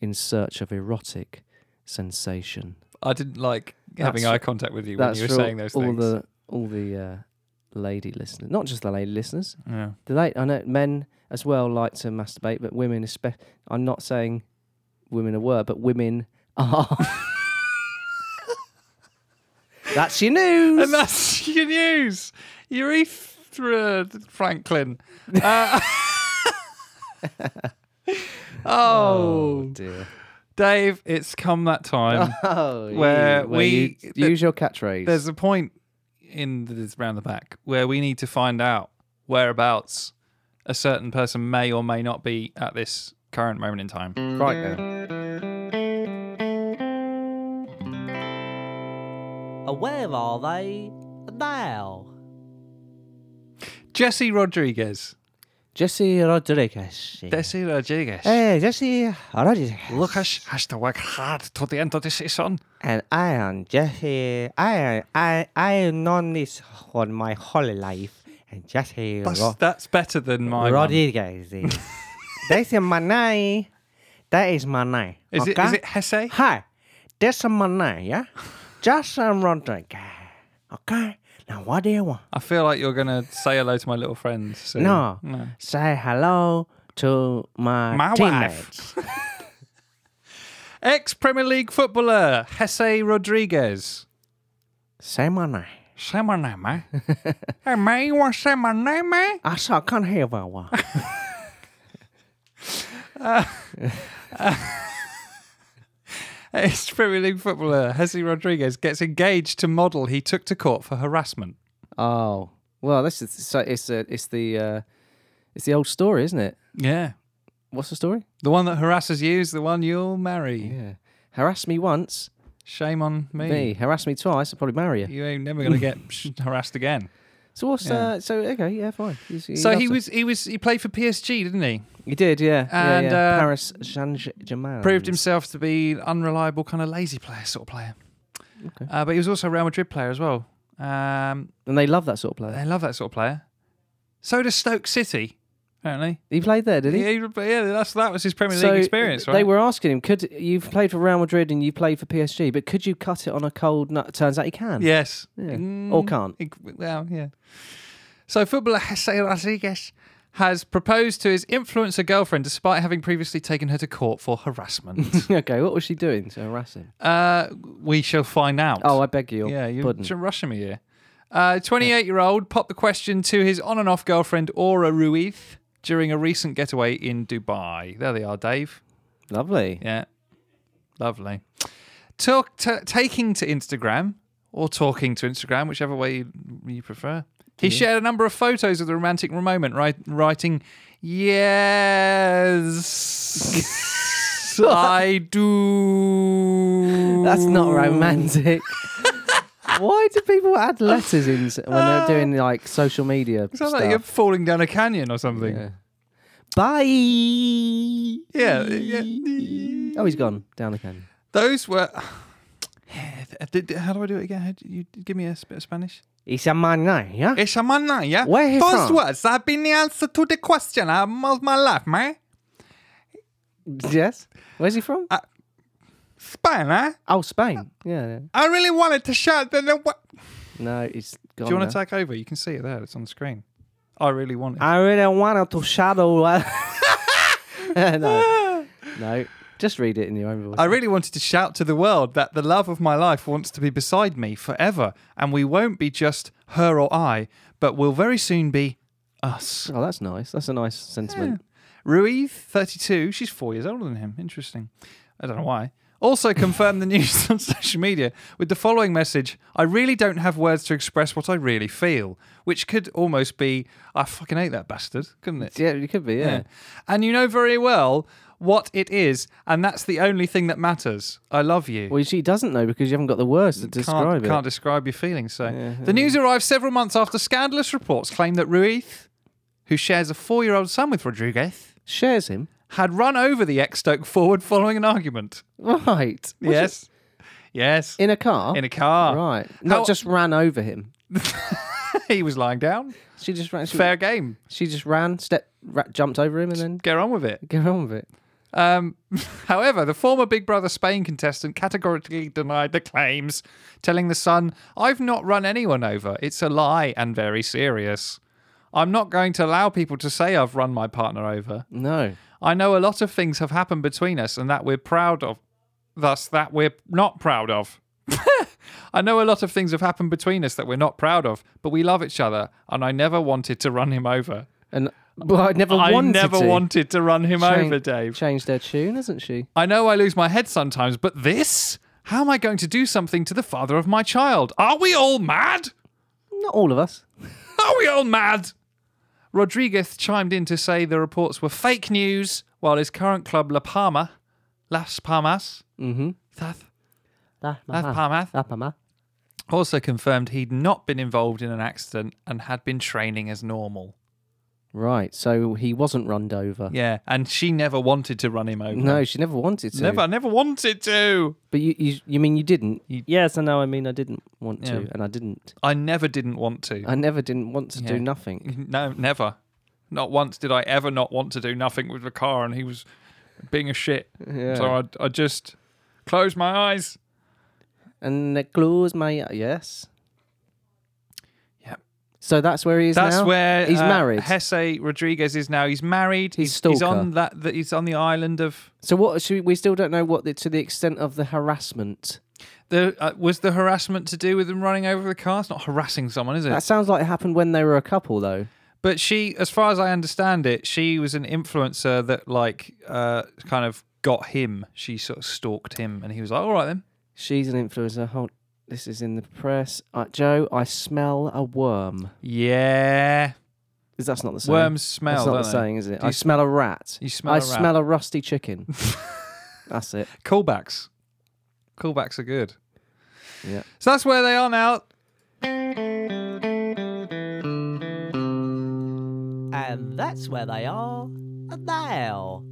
[SPEAKER 1] in search of erotic sensation.
[SPEAKER 2] I didn't like having
[SPEAKER 1] That's-
[SPEAKER 2] eye contact with you when you were saying those
[SPEAKER 1] all
[SPEAKER 2] things.
[SPEAKER 1] the all the uh, lady listeners, not just the lady listeners.
[SPEAKER 2] Yeah.
[SPEAKER 1] The late, I know men as well like to masturbate, but women, especially. I'm not saying women are were, but women are. That's your news.
[SPEAKER 2] And that's your news. Urethra Franklin. Uh,
[SPEAKER 1] oh
[SPEAKER 2] oh,
[SPEAKER 1] dear.
[SPEAKER 2] Dave, it's come that time.
[SPEAKER 1] Oh,
[SPEAKER 2] Where
[SPEAKER 1] you-
[SPEAKER 2] we-
[SPEAKER 1] you
[SPEAKER 2] th-
[SPEAKER 1] use your catchphrase.
[SPEAKER 2] There's a point in this round the back where we need to find out whereabouts a certain person may or may not be at this current moment in time.
[SPEAKER 1] right now.
[SPEAKER 2] Mm-hmm.
[SPEAKER 1] Where are they now?
[SPEAKER 2] Jesse Rodriguez.
[SPEAKER 1] Jesse Rodriguez.
[SPEAKER 2] Jesse Rodriguez.
[SPEAKER 1] Hey, Jesse Rodriguez.
[SPEAKER 2] Lucas has to work hard to the end of the season.
[SPEAKER 1] And I am Jesse. I am, I I am known this for my whole life. And Jesse
[SPEAKER 2] That's,
[SPEAKER 1] Ro-
[SPEAKER 2] that's better than my one.
[SPEAKER 1] Rodriguez. is- this is my name. That is my name.
[SPEAKER 2] Is it,
[SPEAKER 1] okay?
[SPEAKER 2] is it Hesse?
[SPEAKER 1] Hi, this is my name, yeah? Jesse Rodriguez. Okay? Now, what do you want?
[SPEAKER 2] I feel like you're going to say hello to my little friends. soon.
[SPEAKER 1] No. Say hello to my,
[SPEAKER 2] My wife.
[SPEAKER 1] teammates.
[SPEAKER 2] Ex Premier League footballer Jesse Rodriguez.
[SPEAKER 1] Say my name.
[SPEAKER 2] Say my name, eh? hey, mate, you want to say my name, eh?
[SPEAKER 1] I saw, Ah, I can't hear very well.
[SPEAKER 2] Ex Premier League footballer Jesse Rodriguez gets engaged to model he took to court for harassment.
[SPEAKER 1] Oh well, this is so it's uh, it's the uh, it's the old story, isn't it?
[SPEAKER 2] Yeah.
[SPEAKER 1] What's the story?
[SPEAKER 2] The one that harasses you is the one you'll marry.
[SPEAKER 1] Yeah, harass me once,
[SPEAKER 2] Shame on me.
[SPEAKER 1] me harass me twice, I'll probably marry you.
[SPEAKER 2] You ain't never going to get harassed again.
[SPEAKER 1] So what's
[SPEAKER 2] Yeah.
[SPEAKER 1] uh, so okay? Yeah, fine. He's- he
[SPEAKER 2] So
[SPEAKER 1] loves
[SPEAKER 2] he
[SPEAKER 1] her.
[SPEAKER 2] was, he was, he played for PSG, didn't he?
[SPEAKER 1] he did, yeah, yeah,
[SPEAKER 2] And,
[SPEAKER 1] yeah.
[SPEAKER 2] uh,
[SPEAKER 1] Paris Saint Germain
[SPEAKER 2] proved himself to be an unreliable kind of lazy player sort of player.
[SPEAKER 1] Okay.
[SPEAKER 2] Uh, but he was also a Real Madrid player as well. Um,
[SPEAKER 1] and they love that sort of player.
[SPEAKER 2] they love that sort of player. So does Stoke City. apparently.
[SPEAKER 1] He played there, did he?
[SPEAKER 2] Yeah, he- yeah, that's that was his Premier
[SPEAKER 1] So
[SPEAKER 2] League experience, right?
[SPEAKER 1] They were asking him, "Could you've played for Real Madrid and you played for PSG, but could you cut it on a cold nut?" Turns out he can.
[SPEAKER 2] yes,
[SPEAKER 1] Yeah.
[SPEAKER 2] Mm,
[SPEAKER 1] Or can't.
[SPEAKER 2] it- well, yeah. So footballer Jose Rodriguez has proposed to his influencer girlfriend despite having previously taken her to court for harassment.
[SPEAKER 1] okay, what was she doing to harass him?
[SPEAKER 2] uh, we shall find out.
[SPEAKER 1] Oh, I beg you.
[SPEAKER 2] yeah, you're
[SPEAKER 1] pardon.
[SPEAKER 2] just rushing me here. Uh, 28-year-old popped the question to his on and off girlfriend Aura Ruiz during a recent getaway in Dubai. There they are, Dave.
[SPEAKER 1] Lovely.
[SPEAKER 2] Yeah. Lovely. Talk, t- taking to Instagram or talking to Instagram, whichever way you, you prefer. He shared a number of photos of the romantic moment, right, writing, Yes, I do.
[SPEAKER 1] That's not romantic. Why do people add letters in s- when they're doing like social media
[SPEAKER 2] Sounds
[SPEAKER 1] stuff?
[SPEAKER 2] Ah. like you're falling down a canyon or something.
[SPEAKER 1] Yeah. Bye. Yeah.
[SPEAKER 2] Yeah, yeah.
[SPEAKER 1] Oh, he's gone down the canyon.
[SPEAKER 2] Those were. Did- How do I do it again? How do you give me a bit of Spanish.
[SPEAKER 1] It's a man now, yeah.
[SPEAKER 2] It's a man now, yeah?
[SPEAKER 1] Where he
[SPEAKER 2] Those
[SPEAKER 1] from?
[SPEAKER 2] words have been the answer to the question of my life, man.
[SPEAKER 1] Yes. Where's he from?
[SPEAKER 2] Spain, eh?
[SPEAKER 1] oh, Spain. Yeah. yeah.
[SPEAKER 2] I really wanted to shout that. The... what-
[SPEAKER 1] No, it's gone.
[SPEAKER 2] Do you want
[SPEAKER 1] now.
[SPEAKER 2] to take over? You can see it there. It's on the screen. I really wanted.
[SPEAKER 1] I really wanted to shadow. uh, no, no, just read it in your own voice.
[SPEAKER 2] I really wanted to shout to the world that the love of my life wants to be beside me forever, and we won't be just her or I, but will very soon be us.
[SPEAKER 1] oh, that's nice. That's a nice sentiment.
[SPEAKER 2] Ruiz, 32, she's four years older than him. Interesting. I don't know why. Also confirmed the news on social media with the following message I really don't have words to express what I really feel, which could almost be I fucking hate that bastard, couldn't it?
[SPEAKER 1] Yeah, it could be. Yeah.
[SPEAKER 2] And you know very well what it is, and that's the only thing that matters. I love you.
[SPEAKER 1] Well, she doesn't know because you haven't got the words to describe
[SPEAKER 2] can't,
[SPEAKER 1] it.
[SPEAKER 2] can't describe your feelings. So the news arrived several months after scandalous reports claimed that Ruiz, who shares a four-year-old son with Rodriguez,
[SPEAKER 1] Shares him.
[SPEAKER 2] had run over the ex Stoke forward following an argument.
[SPEAKER 1] Right. Was
[SPEAKER 2] yes. Yes.
[SPEAKER 1] it In a car.
[SPEAKER 2] In a car.
[SPEAKER 1] Right. Not
[SPEAKER 2] How-
[SPEAKER 1] just ran over him.
[SPEAKER 2] he was lying down.
[SPEAKER 1] She just ran. She,
[SPEAKER 2] Fair game.
[SPEAKER 1] she just ran, stepped, ra- jumped over him, and then
[SPEAKER 2] Get on with it.
[SPEAKER 1] get on with it.
[SPEAKER 2] Um, however, the former Big Brother Spain contestant categorically denied the claims, telling The Sun, I've not run anyone over. It's a lie and very serious. I'm not going to allow people to say I've run my partner over.
[SPEAKER 1] No.
[SPEAKER 2] I know a lot of things have happened between us and that we're proud of. Thus, that we're not proud of. I know a lot of things have happened between us that we're not proud of, but we love each other, and I never wanted to run him over.
[SPEAKER 1] And well, I never
[SPEAKER 2] I
[SPEAKER 1] wanted
[SPEAKER 2] never
[SPEAKER 1] to.
[SPEAKER 2] wanted to run him
[SPEAKER 1] Change-
[SPEAKER 2] over, Dave.
[SPEAKER 1] Changed her tune, hasn't she?
[SPEAKER 2] I know I lose my head sometimes, but this? How am I going to do something to the father of my child? Are we all mad?
[SPEAKER 1] Not all of us.
[SPEAKER 2] Are we all mad? Rodriguez chimed in to say the reports were fake news, while his current club, La Palma, Las Palmas,
[SPEAKER 1] Mm-hmm.
[SPEAKER 2] Tath-
[SPEAKER 1] Uh-huh.
[SPEAKER 2] Las Palmas,
[SPEAKER 1] Lapama.
[SPEAKER 2] also confirmed he'd not been involved in an accident and had been training as normal.
[SPEAKER 1] Right, so he wasn't runned over.
[SPEAKER 2] Yeah, and she never wanted to run him over.
[SPEAKER 1] No, she never wanted to.
[SPEAKER 2] never, never wanted to.
[SPEAKER 1] But you, you, you mean you didn't?
[SPEAKER 2] You-
[SPEAKER 1] yes, I know. I mean, I didn't want
[SPEAKER 2] Yeah.
[SPEAKER 1] to, and I didn't.
[SPEAKER 2] I never didn't want to.
[SPEAKER 1] I never didn't want to
[SPEAKER 2] Yeah.
[SPEAKER 1] do nothing.
[SPEAKER 2] No, never. Not once did I ever not want to do nothing with the car, and he was being a shit.
[SPEAKER 1] Yeah.
[SPEAKER 2] So I, I just closed my eyes.
[SPEAKER 1] And I closed my e-, yes.
[SPEAKER 2] Yep.
[SPEAKER 1] So that's where he is
[SPEAKER 2] That's
[SPEAKER 1] now.
[SPEAKER 2] where
[SPEAKER 1] he's
[SPEAKER 2] uh,
[SPEAKER 1] married.
[SPEAKER 2] Jesse Rodriguez is now. He's married.
[SPEAKER 1] He's
[SPEAKER 2] he's
[SPEAKER 1] stalker.
[SPEAKER 2] on that. that he's on the island of.
[SPEAKER 1] so what? Should we, we still don't know what the, to the extent of the harassment.
[SPEAKER 2] The uh, was the harassment to do with him running over the car? It's not harassing someone, is it?
[SPEAKER 1] That sounds like it happened when they were a couple, though.
[SPEAKER 2] But she, as far as I understand it, she was an influencer that like uh, kind of got him. She sort of stalked him, and he was like, "All right then."
[SPEAKER 1] She's an influencer. Hold, this is in the press. Uh, Joe, I smell a worm.
[SPEAKER 2] Yeah,
[SPEAKER 1] Is that's not the same?
[SPEAKER 2] worms smell.
[SPEAKER 1] That's not
[SPEAKER 2] don't
[SPEAKER 1] the
[SPEAKER 2] they?
[SPEAKER 1] saying, is it?
[SPEAKER 2] Do
[SPEAKER 1] I
[SPEAKER 2] you-
[SPEAKER 1] smell a rat.
[SPEAKER 2] You smell.
[SPEAKER 1] I
[SPEAKER 2] a rat.
[SPEAKER 1] smell a rusty chicken. That's it.
[SPEAKER 2] Callbacks. Callbacks are good.
[SPEAKER 1] Yeah.
[SPEAKER 2] So that's where they are now.
[SPEAKER 5] And that's where they are now.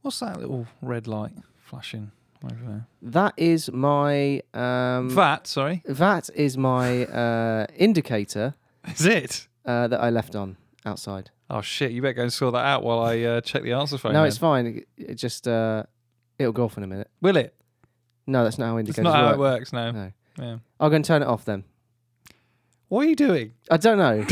[SPEAKER 2] What's that little red light flashing over there?
[SPEAKER 1] That is my um
[SPEAKER 2] That, sorry.
[SPEAKER 1] that is my uh indicator
[SPEAKER 2] Is it?
[SPEAKER 1] uh that I left on. outside.
[SPEAKER 6] Oh shit! You better go and sort that out while I uh, check the answer phone.
[SPEAKER 1] no,
[SPEAKER 6] then.
[SPEAKER 1] it's fine. It, it just uh, it'll go off in a minute.
[SPEAKER 6] will it?
[SPEAKER 1] No, that's not how
[SPEAKER 6] It's
[SPEAKER 1] indicators
[SPEAKER 6] not how
[SPEAKER 1] work.
[SPEAKER 6] it works. No.
[SPEAKER 1] No.
[SPEAKER 6] Yeah.
[SPEAKER 1] I'll go and turn it off then.
[SPEAKER 6] What are you doing?
[SPEAKER 1] I don't know.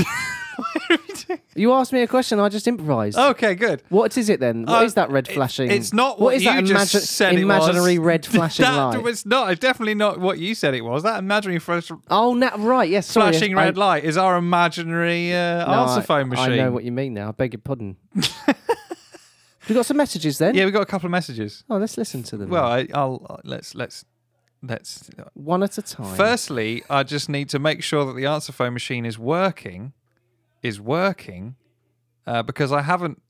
[SPEAKER 1] you asked me a question. I just improvised.
[SPEAKER 6] Okay, good.
[SPEAKER 1] What is it then? What
[SPEAKER 6] Uh,
[SPEAKER 1] is that red
[SPEAKER 6] it-
[SPEAKER 1] flashing?
[SPEAKER 6] Oh. it's not what
[SPEAKER 1] is that
[SPEAKER 6] you just
[SPEAKER 1] imagi-
[SPEAKER 6] said it was.
[SPEAKER 1] imaginary red flashing
[SPEAKER 6] that
[SPEAKER 1] light?
[SPEAKER 6] was not. It's definitely not what you said it was. That imaginary flash,
[SPEAKER 1] Oh, no, right. Yes, sorry,
[SPEAKER 6] flashing
[SPEAKER 1] I-
[SPEAKER 6] red light is our imaginary uh,
[SPEAKER 1] no,
[SPEAKER 6] answer
[SPEAKER 1] I-
[SPEAKER 6] phone machine.
[SPEAKER 1] I know what you mean now. I beg your pardon. we got some messages then.
[SPEAKER 6] yeah, we got a couple of messages.
[SPEAKER 1] Oh, let's listen to them.
[SPEAKER 6] Well, I, I'll let's let's let's.
[SPEAKER 1] one at a time.
[SPEAKER 6] Firstly, I just need to make sure that the answer phone machine is working, is working, uh, because I haven't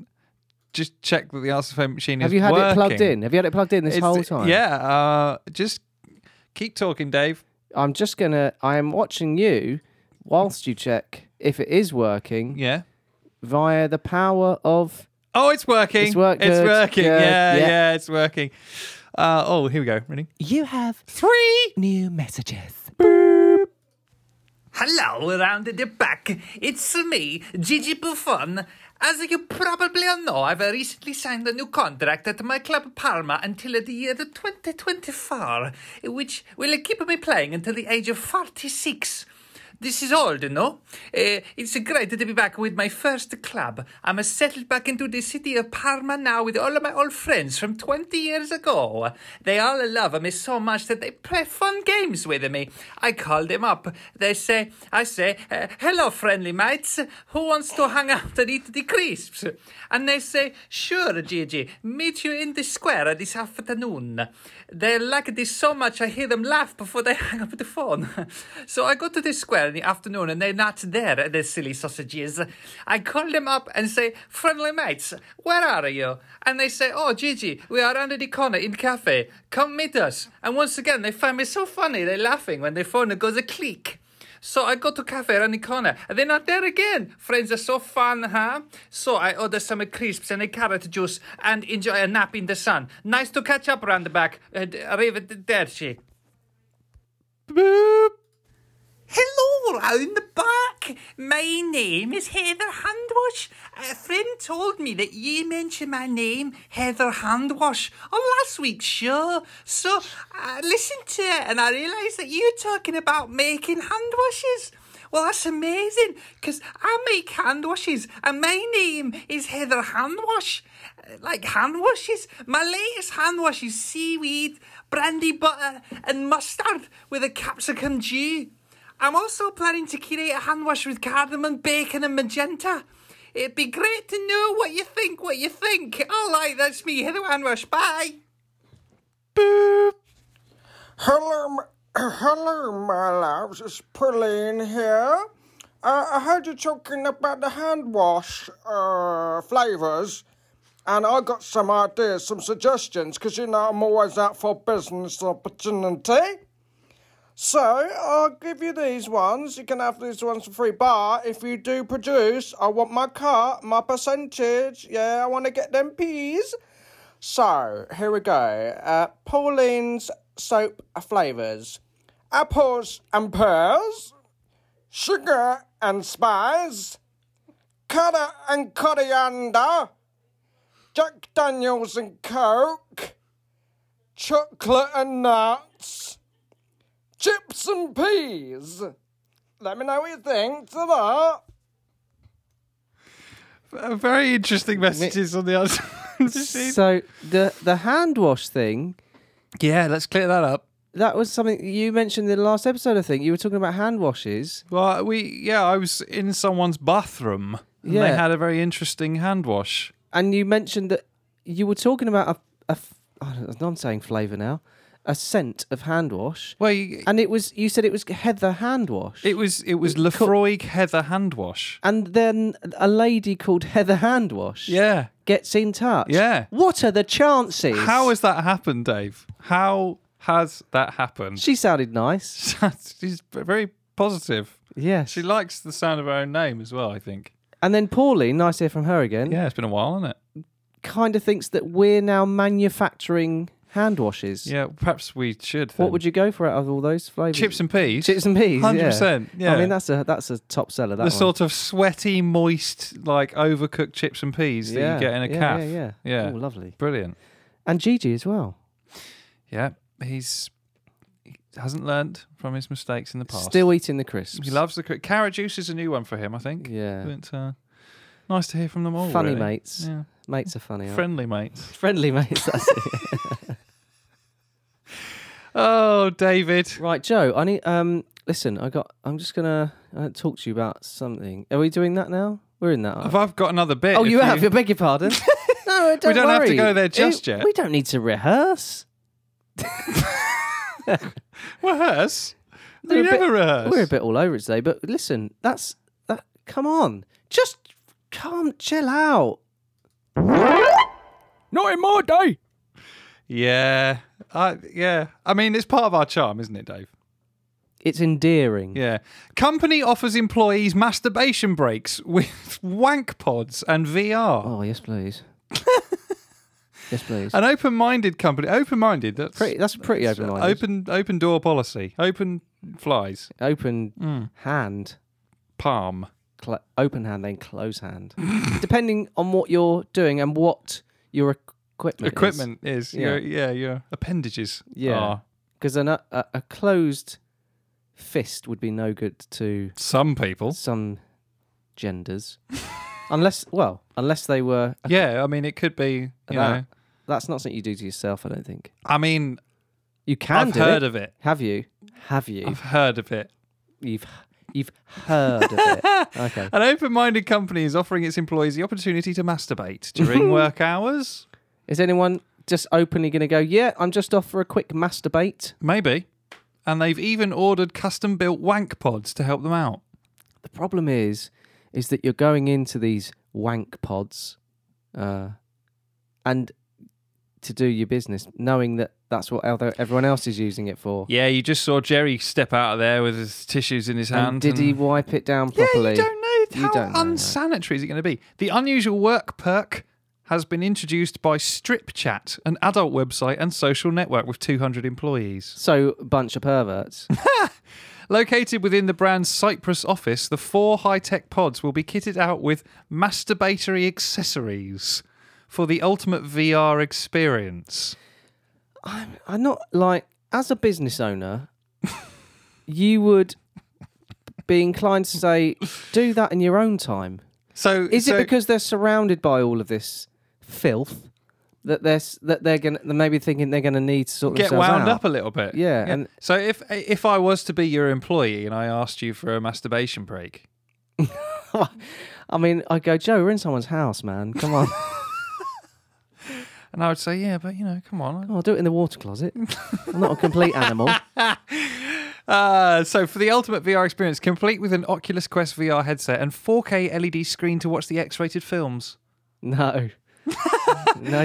[SPEAKER 6] just checked that the answer phone machine
[SPEAKER 1] have
[SPEAKER 6] is.
[SPEAKER 1] you had it plugged
[SPEAKER 6] working.
[SPEAKER 1] in? Have you had it plugged in this
[SPEAKER 6] It's-
[SPEAKER 1] whole time?
[SPEAKER 6] Yeah. Uh, just keep talking, Dave.
[SPEAKER 1] I'm just gonna. I am watching you whilst you check if it is working
[SPEAKER 6] Yeah.
[SPEAKER 1] via the power of.
[SPEAKER 6] Oh, it's working.
[SPEAKER 1] It's work-
[SPEAKER 6] It's
[SPEAKER 1] good,
[SPEAKER 6] working.
[SPEAKER 1] good,
[SPEAKER 6] Yeah, yeah,
[SPEAKER 1] yeah.
[SPEAKER 6] it's working. Uh, oh, here we go. Ready?
[SPEAKER 7] You have
[SPEAKER 6] Three.
[SPEAKER 7] new messages.
[SPEAKER 2] Hello, round the back. It's me, Gigi Buffon. As you probably all know, I've recently signed a new contract at my club Parma until the year 2024, which will keep me playing until the age of 46. This is old, no? Uh, it's great to be back with my first club. I'm settled back into the city of Parma now with all of my old friends from 20 years ago. They all love me so much that they play fun games with me. I call them up. They say, I say, uh, hello, friendly mates. Who wants to hang out and eat the crisps? And they say, sure, Gigi, meet you in the square this afternoon. They like this so much I hear them laugh before they hang up the phone. so I go to the square in the afternoon and they're not there, the silly sausages. I call them up and say, Friendly mates, where are you? And they say, Oh, Gigi, we are under the corner in cafe. Come meet us. And once again, they find me so funny, they're laughing when their phone goes a click. So I go to cafe around the corner, and they're not there again. Friends are so fun, huh? So I order some crisps and a carrot juice and enjoy a nap in the sun. Nice to catch up round the back. Uh, arrivederci.
[SPEAKER 6] Boop.
[SPEAKER 2] Hello, round the back. My name is Heather Handwash. A friend told me that you mentioned my name, Heather Handwash, on last week's show. So I listened to it and I realised that you were talking about making hand washes. Well, that's amazing because I make hand washes and my name is Heather Handwash. Like hand washes. My latest hand wash is seaweed, brandy butter, and mustard with a capsicum stew. I'm also planning to create a hand wash with cardamom, bacon, and magenta. It'd be great to know what you think, what you think. All right, that's me, Heather Handwash. Bye.
[SPEAKER 8] Hello, m- hello, my loves. It's Pauline here. Uh, I heard you talking about the hand wash uh, flavors, and I got some ideas, some suggestions, because you know I'm always out for business opportunity. So I'll give you these ones. You can have these ones for free. But if you do produce, I want my cut, my percentage. Yeah, I want to get them peas. So here we go. Uh, Pauline's soap flavors: apples and pears, sugar and spice, colour and coriander, Jack Daniels and Coke, chocolate and nuts, chips and peas. Let me know what you think to that.
[SPEAKER 6] Uh, very interesting messages on the answer phone machine.
[SPEAKER 1] So the the hand wash thing
[SPEAKER 6] yeah, let's clear that up.
[SPEAKER 1] that was something you mentioned in the last episode. I think you were talking about hand washes.
[SPEAKER 6] Well, we yeah, I was in someone's bathroom. And They
[SPEAKER 1] Yeah.
[SPEAKER 6] had a very interesting hand wash.
[SPEAKER 1] and you mentioned that you were talking about a, a f- I don't know, I'm saying flavour now, a scent of hand wash,
[SPEAKER 6] Well, you,
[SPEAKER 1] and it was you said it was Heather hand wash,
[SPEAKER 6] it was it was Lefroy Heather hand wash.
[SPEAKER 1] and then a lady called Heather hand wash,
[SPEAKER 6] Yeah.
[SPEAKER 1] gets in touch.
[SPEAKER 6] Yeah.
[SPEAKER 1] what are the chances?
[SPEAKER 6] How has that happened, Dave? How has that happened?
[SPEAKER 1] she sounded nice?
[SPEAKER 6] She's very positive.
[SPEAKER 1] Yes,
[SPEAKER 6] She likes the sound of her own name as well. I think.
[SPEAKER 1] and then Pauline, nice to hear from her again.
[SPEAKER 6] Yeah, it's been a while, hasn't it?
[SPEAKER 1] kind of thinks that we're now manufacturing hand washes.
[SPEAKER 6] Yeah, perhaps we should.
[SPEAKER 1] What would you go for out of all those flavors?
[SPEAKER 6] Chips and peas.
[SPEAKER 1] chips and peas.
[SPEAKER 6] Hundred
[SPEAKER 1] yeah.
[SPEAKER 6] percent. Yeah.
[SPEAKER 1] I mean that's a that's a top seller. That
[SPEAKER 6] the
[SPEAKER 1] one.
[SPEAKER 6] sort of sweaty, moist, like overcooked chips and peas that you get in a
[SPEAKER 1] yeah,
[SPEAKER 6] calf.
[SPEAKER 1] Yeah, yeah,
[SPEAKER 6] Yeah.
[SPEAKER 1] Oh, lovely.
[SPEAKER 6] Brilliant.
[SPEAKER 1] And Gigi as well.
[SPEAKER 6] Yeah, he's he hasn't learnt from his mistakes in the past.
[SPEAKER 1] Still eating the crisps.
[SPEAKER 6] he loves the cri- carrot juice is a new one for him, I think.
[SPEAKER 1] Yeah.
[SPEAKER 6] But uh, nice to hear from them all.
[SPEAKER 1] funny
[SPEAKER 6] Oh, really.
[SPEAKER 1] mates.
[SPEAKER 6] Yeah.
[SPEAKER 1] Mates are funny. aren't
[SPEAKER 6] Friendly mates.
[SPEAKER 1] they? Friendly mates. That's it.
[SPEAKER 6] Oh, David.
[SPEAKER 1] Right, Joe. I need. Um, listen. I got. I'm just gonna uh, talk to you about something. Are we doing that now? We're in that. aren't
[SPEAKER 6] I've, I've got another bit.
[SPEAKER 1] Oh,
[SPEAKER 6] if
[SPEAKER 1] you have. I beg your pardon. no, don't
[SPEAKER 6] don't have to
[SPEAKER 1] worry.
[SPEAKER 6] go there just
[SPEAKER 1] It-
[SPEAKER 6] yet.
[SPEAKER 1] We don't need to rehearse.
[SPEAKER 6] Rehearse. We
[SPEAKER 1] We're a
[SPEAKER 6] never
[SPEAKER 1] bit-
[SPEAKER 6] rehearse.
[SPEAKER 1] We're a bit all over it today, but listen, that's that. Come on, just calm, chill out. Not in my day.
[SPEAKER 6] Yeah. I yeah. I mean, it's part of our charm, isn't it, Dave?
[SPEAKER 1] It's endearing.
[SPEAKER 6] Yeah. Company offers employees masturbation breaks with wank pods and VR.
[SPEAKER 1] Oh yes, please. yes, please.
[SPEAKER 6] An open-minded company. Open-minded. That's
[SPEAKER 1] Pretty, that's pretty
[SPEAKER 6] that's, uh,
[SPEAKER 1] open-minded.
[SPEAKER 6] Open open door policy. Open flies.
[SPEAKER 1] open
[SPEAKER 6] Mm.
[SPEAKER 1] hand,
[SPEAKER 6] Palm.
[SPEAKER 1] cl- open hand, then close hand, depending on what you're doing and what your equipment.
[SPEAKER 6] Equipment is.
[SPEAKER 1] Yeah.
[SPEAKER 6] your, yeah. Your appendages.
[SPEAKER 1] Yeah.
[SPEAKER 6] Are.
[SPEAKER 1] Because an a, a closed fist would be no good to
[SPEAKER 6] Some people.
[SPEAKER 1] some genders, unless well, unless they were.
[SPEAKER 6] Yeah. I mean, it could be. You
[SPEAKER 1] That.
[SPEAKER 6] know.
[SPEAKER 1] That's not something you do to yourself. I don't think
[SPEAKER 6] I mean,
[SPEAKER 1] you can
[SPEAKER 6] I've
[SPEAKER 1] do
[SPEAKER 6] heard
[SPEAKER 1] it.
[SPEAKER 6] of it.
[SPEAKER 1] Have you? Have you?
[SPEAKER 6] I've heard of it.
[SPEAKER 1] You've you've heard of it. Okay.
[SPEAKER 6] An open-minded company is offering its employees the opportunity to masturbate during work hours.
[SPEAKER 1] Is anyone just openly going to go? Yeah, I'm just off for a quick masturbate.
[SPEAKER 6] Maybe. And they've even ordered custom built wank pods to help them out.
[SPEAKER 1] The problem is, is that you're going into these wank pods, uh, and to do your business, knowing that that's what other- everyone else is using it for.
[SPEAKER 6] Yeah, you just saw Jerry step out of there with his tissues in his
[SPEAKER 1] And
[SPEAKER 6] hand.
[SPEAKER 1] did he
[SPEAKER 6] and-
[SPEAKER 1] wipe it down
[SPEAKER 6] Yeah,
[SPEAKER 1] properly?
[SPEAKER 6] you don't know.
[SPEAKER 1] You
[SPEAKER 6] How
[SPEAKER 1] don't know, no.
[SPEAKER 6] unsanitary is it going to be? The unusual work perk has been introduced by Strip Chat, an adult website and social network with 200 employees.
[SPEAKER 1] So bunch of perverts.
[SPEAKER 6] Located within the brand's Cyprus office, the four high tech pods will be kitted out with masturbatory accessories for the ultimate VR experience.
[SPEAKER 1] I'm not like as a business owner, you would be inclined to say, do that in your own time.
[SPEAKER 6] So
[SPEAKER 1] Is
[SPEAKER 6] so-
[SPEAKER 1] it because they're surrounded by all of this filth that they're s- that they're gonna they're maybe thinking they're gonna need to sort
[SPEAKER 6] get
[SPEAKER 1] themselves
[SPEAKER 6] wound
[SPEAKER 1] out?
[SPEAKER 6] up a little bit?
[SPEAKER 1] Yeah, and-
[SPEAKER 6] so if if I was to be your employee and I asked you for a masturbation break,
[SPEAKER 1] I mean, I go, Joe, we're in someone's house, man. Come on,
[SPEAKER 6] and I would say, yeah, but you know, come on.
[SPEAKER 1] I'll do it in the water closet. I'm not a complete animal.
[SPEAKER 6] Uh, so for the ultimate VR experience, complete with an Oculus Quest VR headset and 4K LED E screen to watch the X-rated films.
[SPEAKER 1] No, no,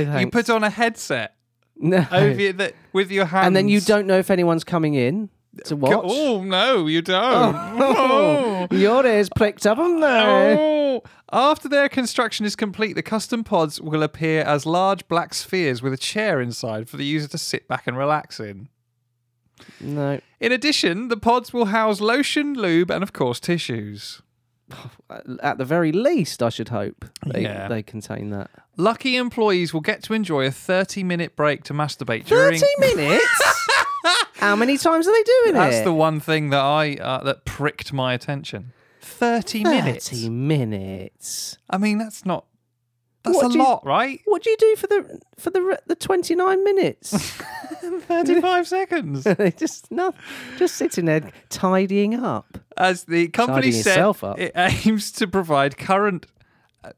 [SPEAKER 1] thanks.
[SPEAKER 6] You put on a headset
[SPEAKER 1] no.
[SPEAKER 6] over your, that with your hands,
[SPEAKER 1] and then you don't know if anyone's coming in to watch.
[SPEAKER 6] Go- Oh no, you don't.
[SPEAKER 1] Oh, your ears pricked up on there.
[SPEAKER 6] Oh. After their construction is complete, the custom pods will appear as large black spheres with a chair inside for the user to sit back and relax in.
[SPEAKER 1] No,
[SPEAKER 6] In addition, the pods will house lotion, lube, and of course tissues.
[SPEAKER 1] at the very least, I should hope they,
[SPEAKER 6] Yeah.
[SPEAKER 1] they contain that.
[SPEAKER 6] Lucky employees will get to enjoy a 30 minute break to masturbate during.
[SPEAKER 1] 30 minutes? How many times are they doing
[SPEAKER 6] That's
[SPEAKER 1] it?
[SPEAKER 6] the one thing that I uh, that pricked my attention. 30 minutes.
[SPEAKER 1] 30 minutes.
[SPEAKER 6] I mean, that's not. That's
[SPEAKER 1] What
[SPEAKER 6] a
[SPEAKER 1] do you-
[SPEAKER 6] lot, right?
[SPEAKER 1] What do you do for the for the re- the 29 minutes?
[SPEAKER 6] 35 seconds.
[SPEAKER 1] they just no, just sitting there tidying up.
[SPEAKER 6] As the company
[SPEAKER 1] Tidying
[SPEAKER 6] said,
[SPEAKER 1] itself up.
[SPEAKER 6] it aims to provide current. uh,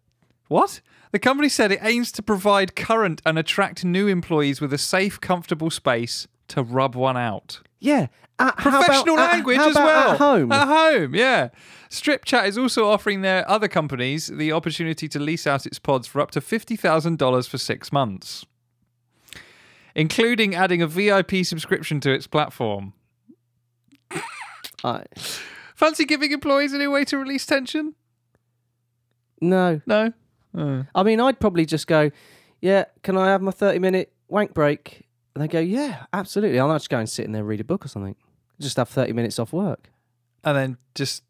[SPEAKER 6] what? The company said it aims to provide current and attract new employees with a safe, comfortable space to rub one out.
[SPEAKER 1] Yeah. Uh, how about-
[SPEAKER 6] Professional
[SPEAKER 1] uh,
[SPEAKER 6] language
[SPEAKER 1] how
[SPEAKER 6] as
[SPEAKER 1] about
[SPEAKER 6] well. Uh-huh.
[SPEAKER 1] At home.
[SPEAKER 6] At home, yeah. Strip Chat is also offering their other companies the opportunity to lease out its pods for up to $50,000 for six months, including adding a VIP subscription to its platform.
[SPEAKER 1] I-
[SPEAKER 6] Fancy giving employees a new way to release tension?
[SPEAKER 1] no.
[SPEAKER 6] No. Uh.
[SPEAKER 1] I mean, I'd probably just go, yeah, can I have my 30 minute wank break? And they go, yeah, absolutely. I'll just go and sit in there and read a book or something. Just have 30 minutes off work.
[SPEAKER 6] And then just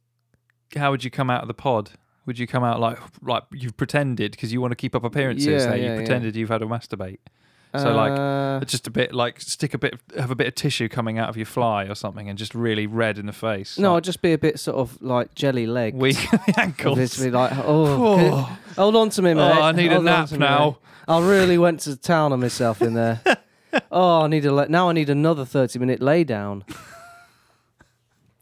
[SPEAKER 6] how would you come out of the pod? Would you come out like like you've pretended because you want to keep up appearances?
[SPEAKER 1] Yeah, yeah,
[SPEAKER 6] now you
[SPEAKER 1] yeah.
[SPEAKER 6] pretended you've had a masturbate. So, like,
[SPEAKER 1] Uh,
[SPEAKER 6] Just a bit like stick a bit of, have a bit of tissue coming out of your fly or something and just really red in the face.
[SPEAKER 1] no, I'd
[SPEAKER 6] like,
[SPEAKER 1] just be a bit sort of like jelly leg.
[SPEAKER 6] weak in the
[SPEAKER 1] Just
[SPEAKER 6] ankles.
[SPEAKER 1] be like, oh, can-
[SPEAKER 6] Oh.
[SPEAKER 1] hold on to me, mate.
[SPEAKER 6] I need a
[SPEAKER 1] Hold on
[SPEAKER 6] nap
[SPEAKER 1] to me,
[SPEAKER 6] now.
[SPEAKER 1] mate. I really went to town on myself in there. oh, I need a le- now. I need another thirty-minute lay down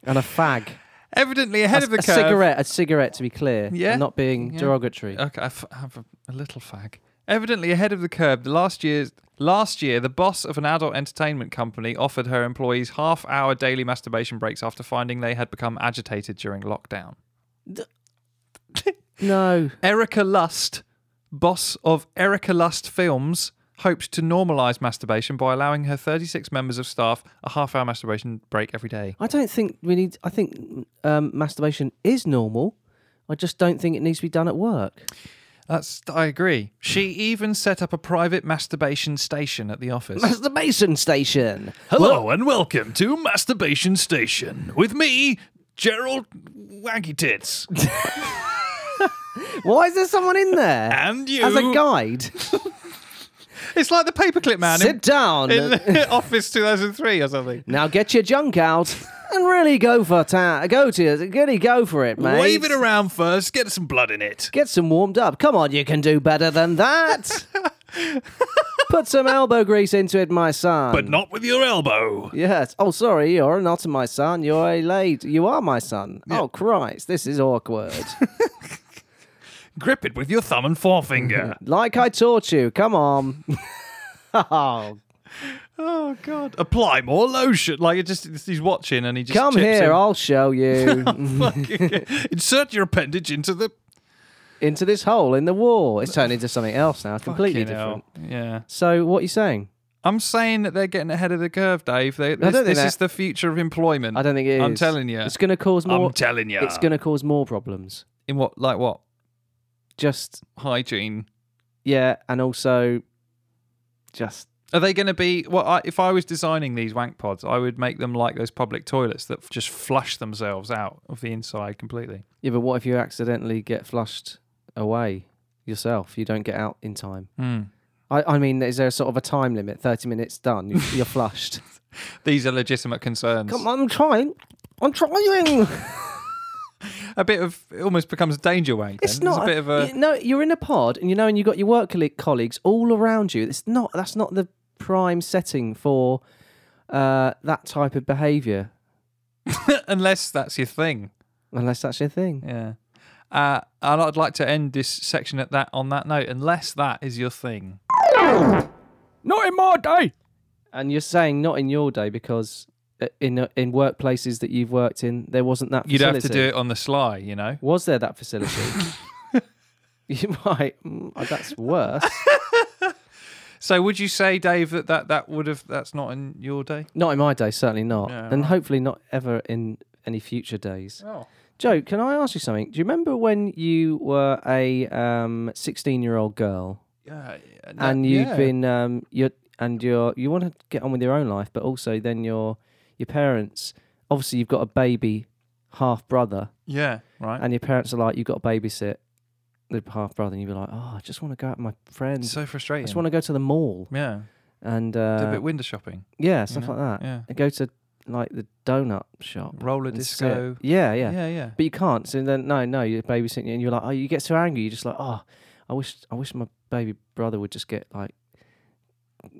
[SPEAKER 1] and a fag,
[SPEAKER 6] Evidently
[SPEAKER 1] a,
[SPEAKER 6] ahead of the
[SPEAKER 1] a
[SPEAKER 6] curve.
[SPEAKER 1] cigarette, a cigarette to be clear.
[SPEAKER 6] Yeah.
[SPEAKER 1] I'm not being
[SPEAKER 6] Yeah. Uh.
[SPEAKER 1] derogatory.
[SPEAKER 6] Okay, I f- have a, a little fag. Evidently ahead of the curve, the last year's last year, the boss of an adult entertainment company offered her employees half-hour daily masturbation breaks after finding they had become agitated during lockdown.
[SPEAKER 1] no,
[SPEAKER 6] Erica Lust, boss of Erica Lust Films, hoped to normalize masturbation by allowing her 36 members of staff a half-hour masturbation break every day.
[SPEAKER 1] I don't think we need. I think um, masturbation is normal. I just don't think it needs to be done at work.
[SPEAKER 6] That's I agree. She even set up a private masturbation station at the office.
[SPEAKER 1] Masturbation station.
[SPEAKER 6] Hello and welcome to Masturbation Station with me, Gerald Waggy Tits,
[SPEAKER 1] Why is there someone in there
[SPEAKER 6] and you.
[SPEAKER 1] as a guide?
[SPEAKER 6] It's like the paperclip man
[SPEAKER 1] Sit down.
[SPEAKER 6] in, in Office 2003 or something.
[SPEAKER 1] Now get your junk out and really go for ta- go to really go for it, mate.
[SPEAKER 6] Wave it around first, get some blood in it.
[SPEAKER 1] Get some warmed up. Come on, you can do better than that. Put some elbow grease into it, my son.
[SPEAKER 6] But not with your elbow.
[SPEAKER 1] Yes. Oh, sorry, you're not my son. You're a late. You are my son. Oh Christ, this is awkward.
[SPEAKER 6] Grip it with your thumb and forefinger.
[SPEAKER 1] like I taught you. Come on. oh,
[SPEAKER 6] oh, God. Apply more lotion. Like, it just he's watching and he just
[SPEAKER 1] come
[SPEAKER 6] chips
[SPEAKER 1] here.
[SPEAKER 6] in.
[SPEAKER 1] I'll show you
[SPEAKER 6] Fucking- Insert your appendage into the...
[SPEAKER 1] into this hole in the wall. It's turned into something else now. It's completely
[SPEAKER 6] Fucking
[SPEAKER 1] different.
[SPEAKER 6] hell. Yeah.
[SPEAKER 1] So, what are you saying?
[SPEAKER 6] I'm saying that they're getting ahead of the curve, Dave. They,
[SPEAKER 1] don't
[SPEAKER 6] this
[SPEAKER 1] think
[SPEAKER 6] this
[SPEAKER 1] that-
[SPEAKER 6] is the future of employment.
[SPEAKER 1] I don't think it is.
[SPEAKER 6] I'm telling you.
[SPEAKER 1] It's going to cause more.
[SPEAKER 6] I'm telling you.
[SPEAKER 1] It's going to cause more problems.
[SPEAKER 6] in what like what
[SPEAKER 1] Just
[SPEAKER 6] hygiene?
[SPEAKER 1] yeah, and also just
[SPEAKER 6] Are they going to be? Well, I, if I was designing these wank pods, I would make them like those public toilets that f- just flush themselves out of the inside completely.
[SPEAKER 1] yeah. But what if you accidentally get flushed away yourself? You don't get out in time.
[SPEAKER 6] Hmm.
[SPEAKER 1] I, I mean, is there sort of a time limit? Thirty minutes done, you- you're flushed.
[SPEAKER 6] These are legitimate concerns.
[SPEAKER 1] Come on, I'm trying. I'm trying.
[SPEAKER 6] A bit of it almost becomes danger wank. Then.
[SPEAKER 1] It's not
[SPEAKER 6] a bit of a.
[SPEAKER 1] you- no. You're in a pod, and you know, and you've got your work colle- colleagues all around you. It's not. That's not the prime setting for uh, that type of behaviour,
[SPEAKER 6] unless that's your thing.
[SPEAKER 1] unless that's your thing.
[SPEAKER 6] Yeah. Uh, and I'd like to end this section at that on that note. Unless that is your thing.
[SPEAKER 1] Not in my day. And you're saying not in your day because uh, in in workplaces that you've worked in, there wasn't that.
[SPEAKER 6] You'd
[SPEAKER 1] Facility.
[SPEAKER 6] have to do it on the sly, you know.
[SPEAKER 1] Was there that facility? you might. mm, that's worse.
[SPEAKER 6] So would you say, Dave, that that, that would have that's not in your day?
[SPEAKER 1] not in my day, certainly not,
[SPEAKER 6] Yeah,
[SPEAKER 1] and
[SPEAKER 6] right.
[SPEAKER 1] hopefully not ever in any future days.
[SPEAKER 6] Oh.
[SPEAKER 1] Joe, can I ask you something? Do you remember when you were a um, 16 year old girl
[SPEAKER 6] Yeah.
[SPEAKER 1] and you've been um, you're and you're you want to get on with your own life, but also then your your parents. Obviously, you've got a baby half brother.
[SPEAKER 6] Yeah. Right.
[SPEAKER 1] and your parents are like, you've got to babysit the half brother, and you'd be like, oh, I just want to go out with my
[SPEAKER 6] it's
[SPEAKER 1] friends.
[SPEAKER 6] so
[SPEAKER 1] I
[SPEAKER 6] frustrating.
[SPEAKER 1] just want to go to the mall
[SPEAKER 6] yeah.
[SPEAKER 1] and
[SPEAKER 6] Do a
[SPEAKER 1] uh,
[SPEAKER 6] bit window shopping.
[SPEAKER 1] yeah, stuff like that.
[SPEAKER 6] Yeah.
[SPEAKER 1] And go to like the donut shop,
[SPEAKER 6] Roller
[SPEAKER 1] and sit.
[SPEAKER 6] disco.
[SPEAKER 1] Yeah, yeah,
[SPEAKER 6] Yeah. yeah, yeah.
[SPEAKER 1] But you can't. So then, no, no, you're babysitting, and you're like, oh, you get so angry. You're just like, oh, I wish, I wish my baby brother would just get like,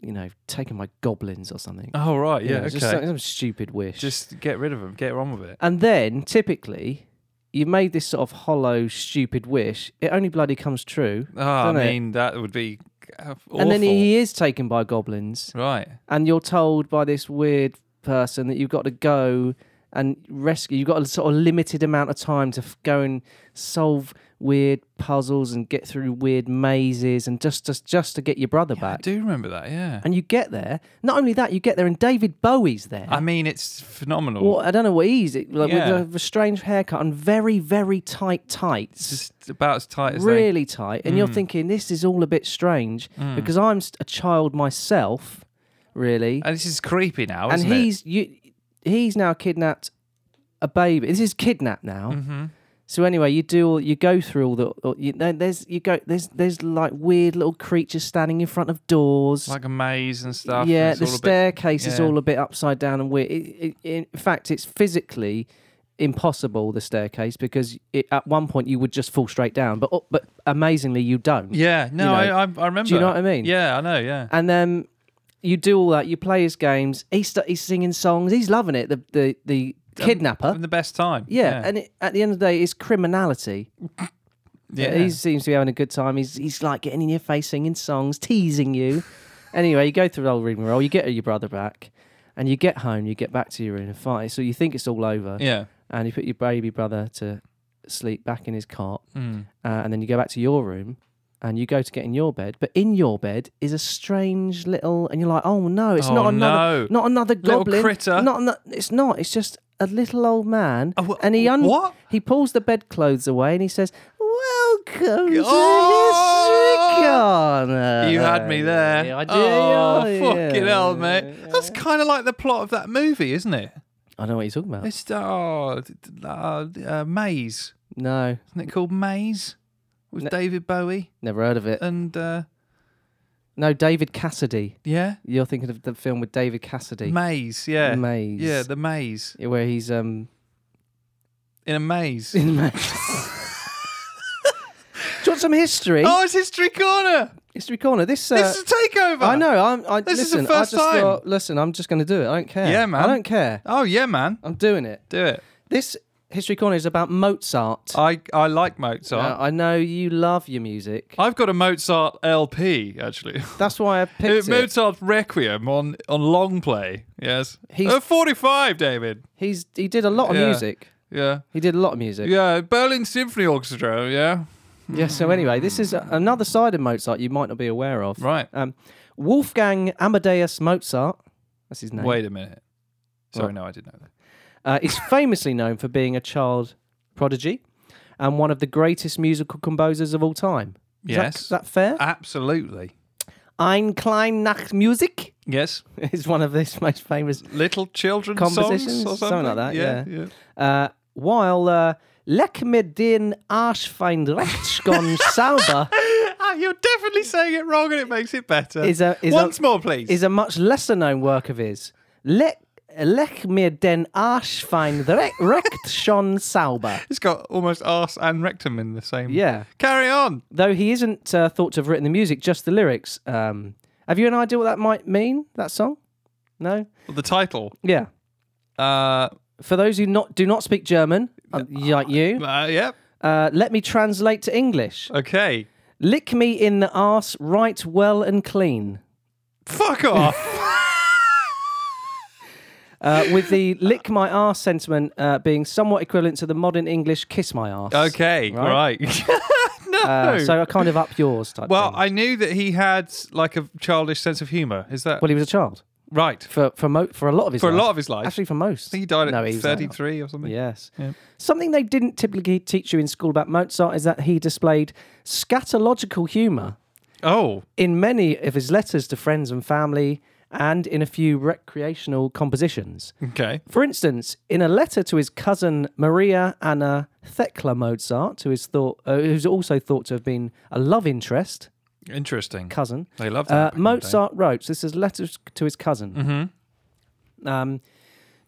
[SPEAKER 1] you know, taken by goblins or something.
[SPEAKER 6] Oh right.
[SPEAKER 1] You
[SPEAKER 6] Yeah.
[SPEAKER 1] know,
[SPEAKER 6] okay.
[SPEAKER 1] just some, some stupid wish.
[SPEAKER 6] Just get rid of them. Get on with it.
[SPEAKER 1] And then typically, you've made this sort of hollow, stupid wish. It only bloody comes true.
[SPEAKER 6] Ah,
[SPEAKER 1] Done
[SPEAKER 6] I
[SPEAKER 1] it.
[SPEAKER 6] mean that would be uh, awful.
[SPEAKER 1] And then he is taken by goblins,
[SPEAKER 6] right.
[SPEAKER 1] and you're told by this weird person that you've got to go and rescue. You've got a sort of limited amount of time to f- go and solve weird puzzles and get through weird mazes, and just just just to get your brother
[SPEAKER 6] I
[SPEAKER 1] back.
[SPEAKER 6] do remember that. Yeah.
[SPEAKER 1] And you get there. Not only that, you get there, and David Bowie's there.
[SPEAKER 6] I mean, it's phenomenal.
[SPEAKER 1] Well, I don't know what he's like
[SPEAKER 6] Yeah.
[SPEAKER 1] with a, a strange haircut and very very tight
[SPEAKER 6] It's
[SPEAKER 1] tights.
[SPEAKER 6] just mm. about as tight as they.
[SPEAKER 1] really
[SPEAKER 6] Mm.
[SPEAKER 1] tight, and you're thinking this is all a bit strange because I'm st- a child myself really.
[SPEAKER 6] And this is creepy now,
[SPEAKER 1] and
[SPEAKER 6] isn't it?
[SPEAKER 1] he's you, he's now kidnapped a baby. This is kidnapped now.
[SPEAKER 6] Mm-hmm.
[SPEAKER 1] So anyway, you do all you go through all the all- you, there- there's you go there's there's like weird little creatures standing in front of doors.
[SPEAKER 6] like a maze and stuff.
[SPEAKER 1] yeah,
[SPEAKER 6] and it's
[SPEAKER 1] the
[SPEAKER 6] all a bit-
[SPEAKER 1] staircase is
[SPEAKER 6] yeah.
[SPEAKER 1] all a bit upside down and weird. It, it, in fact, it's physically impossible the staircase because it, at one point you would just fall straight down, but but amazingly you don't.
[SPEAKER 6] Yeah, no,
[SPEAKER 1] know.
[SPEAKER 6] I, I, I remember.
[SPEAKER 1] Do you know
[SPEAKER 6] that.
[SPEAKER 1] what I mean?
[SPEAKER 6] Yeah, I know. Yeah,
[SPEAKER 1] And then you do all that. You play his games. He sta he's singing songs. He's loving it. The the the kidnapper.
[SPEAKER 6] having Um, the best time.
[SPEAKER 1] yeah,
[SPEAKER 6] yeah.
[SPEAKER 1] and it, at the end of the day, it's criminality.
[SPEAKER 6] yeah.
[SPEAKER 1] He seems to be having a good time. He's he's like getting in your face, singing songs, teasing you. anyway, you go through the whole rigmarole. You get your brother back, and you get home. You get back to your room and fight. So you think it's all over,
[SPEAKER 6] yeah.
[SPEAKER 1] and you put your baby brother to sleep back in his cot,
[SPEAKER 6] Mm.
[SPEAKER 1] uh, and then you go back to your room. And you go to get in your bed, but in your bed is a strange little, and you're like, oh no, it's
[SPEAKER 6] Oh,
[SPEAKER 1] not another,
[SPEAKER 6] no.
[SPEAKER 1] not another
[SPEAKER 6] Little
[SPEAKER 1] goblin,
[SPEAKER 6] critter.
[SPEAKER 1] Not, ano- it's not. It's just a little old man,
[SPEAKER 6] Oh, wha-
[SPEAKER 1] and he un-
[SPEAKER 6] what?
[SPEAKER 1] he pulls the bedclothes away and he says, "Welcome to
[SPEAKER 6] Oh!
[SPEAKER 1] the corner."
[SPEAKER 6] You had me there.
[SPEAKER 1] Uh, Yeah, I did.
[SPEAKER 6] Oh,
[SPEAKER 1] yeah,
[SPEAKER 6] fucking hell,
[SPEAKER 1] yeah.
[SPEAKER 6] mate. That's kind of like the plot of that movie, isn't it?
[SPEAKER 1] I know what you're talking about.
[SPEAKER 6] It's oh, d- d- uh, uh, Maze.
[SPEAKER 1] No,
[SPEAKER 6] Isn't it called Maze? With
[SPEAKER 1] No.
[SPEAKER 6] David Bowie
[SPEAKER 1] never heard of it.
[SPEAKER 6] and uh,
[SPEAKER 1] No, David Cassidy.
[SPEAKER 6] yeah,
[SPEAKER 1] You're thinking of the film with David Cassidy,
[SPEAKER 6] Maze. Yeah,
[SPEAKER 1] Maze.
[SPEAKER 6] Yeah, the Maze
[SPEAKER 1] where he's um
[SPEAKER 6] in a maze.
[SPEAKER 1] in Maze. Do you want some history?
[SPEAKER 6] oh, it's History Corner.
[SPEAKER 1] History corner. This. Uh,
[SPEAKER 6] This is a takeover.
[SPEAKER 1] I know. I'm. I,
[SPEAKER 6] This is the
[SPEAKER 1] listen,
[SPEAKER 6] first
[SPEAKER 1] I just
[SPEAKER 6] time.
[SPEAKER 1] Thought, listen, I'm just going to do it. I don't care.
[SPEAKER 6] Yeah, man.
[SPEAKER 1] I don't care.
[SPEAKER 6] Oh yeah, man.
[SPEAKER 1] I'm doing it.
[SPEAKER 6] Do it.
[SPEAKER 1] This history corner is about Mozart.
[SPEAKER 6] I I like Mozart.
[SPEAKER 1] Now, I know you love your music.
[SPEAKER 6] I've got a Mozart LP actually.
[SPEAKER 1] That's why
[SPEAKER 6] Uh,
[SPEAKER 1] I picked it.
[SPEAKER 6] Mozart's Requiem on on long play. Yes,
[SPEAKER 1] He's-
[SPEAKER 6] Uh, 45, David.
[SPEAKER 1] He's he did a lot of
[SPEAKER 6] Yeah.
[SPEAKER 1] music.
[SPEAKER 6] Yeah,
[SPEAKER 1] He did a lot of music. Yeah.
[SPEAKER 6] yeah. Berlin Symphony Orchestra. Yeah,
[SPEAKER 1] so anyway, this is a- another side of Mozart you might not be aware of.
[SPEAKER 6] right.
[SPEAKER 1] Um, Wolfgang Amadeus Mozart, that's his name,
[SPEAKER 6] Wait a minute. Sorry,
[SPEAKER 1] What?
[SPEAKER 6] no, I didn't know that.
[SPEAKER 1] uh, is famously known for being a child prodigy and one of the greatest musical composers of all time. Is that-
[SPEAKER 6] Yes. Uh,
[SPEAKER 1] is that fair?
[SPEAKER 6] Absolutely.
[SPEAKER 1] Ein klein nach Musik
[SPEAKER 6] Yes.
[SPEAKER 1] is one of his most famous
[SPEAKER 6] Little children's
[SPEAKER 1] Compositions,
[SPEAKER 6] songs or something.
[SPEAKER 1] something like that, yeah.
[SPEAKER 6] yeah.
[SPEAKER 1] Uh, while uh, Lech mit den Arsch fein rechts gone sauber
[SPEAKER 6] Ah, you're definitely saying it wrong, and it makes it better.
[SPEAKER 1] Is a- is a-
[SPEAKER 6] Once more, please.
[SPEAKER 1] is a much lesser known work of his. Lech, Lech mir den Arsch fein re- recht schon sauber.
[SPEAKER 6] it's got almost arse and rectum in the same.
[SPEAKER 1] Yeah.
[SPEAKER 6] Carry on.
[SPEAKER 1] Though he isn't uh, thought to have written the music, just the lyrics. Um, have you an idea what that might mean, that song? No?
[SPEAKER 6] The title.
[SPEAKER 1] Yeah.
[SPEAKER 6] Uh,
[SPEAKER 1] For those who not do not speak German, uh, like you,
[SPEAKER 6] uh, yep.
[SPEAKER 1] uh, let me translate to English.
[SPEAKER 6] Okay.
[SPEAKER 1] Lick me in the arse right well and clean.
[SPEAKER 6] Fuck off.
[SPEAKER 1] uh, with the lick my ass sentiment uh, being somewhat equivalent to the modern English kiss my ass.
[SPEAKER 6] okay. Right.
[SPEAKER 1] Right.
[SPEAKER 6] no.
[SPEAKER 1] Uh, so I kind of up yours type.
[SPEAKER 6] well,
[SPEAKER 1] thing.
[SPEAKER 6] I knew that he had like a childish sense of humour. Is that
[SPEAKER 1] well, he was a child
[SPEAKER 6] right?
[SPEAKER 1] for for mo- for a lot of his
[SPEAKER 6] For a
[SPEAKER 1] life.
[SPEAKER 6] lot of his life.
[SPEAKER 1] actually for most.
[SPEAKER 6] He died at
[SPEAKER 1] No, he was that
[SPEAKER 6] 33 or something.
[SPEAKER 1] Yes.
[SPEAKER 6] Yeah.
[SPEAKER 1] Something they didn't typically teach you in school about Mozart is that he displayed scatological humour
[SPEAKER 6] Oh,
[SPEAKER 1] in many of his letters to friends and family, and in a few recreational compositions.
[SPEAKER 6] okay.
[SPEAKER 1] For instance, in a letter to his cousin Maria Anna Thekla Mozart, who is thought, uh, who's also thought to have been a love interest,
[SPEAKER 6] Interesting.
[SPEAKER 1] cousin,
[SPEAKER 6] They loved that.
[SPEAKER 1] uh,
[SPEAKER 6] back in the day.
[SPEAKER 1] Mozart wrote, this is letters to his cousin.
[SPEAKER 6] Mm-hmm.
[SPEAKER 1] Um,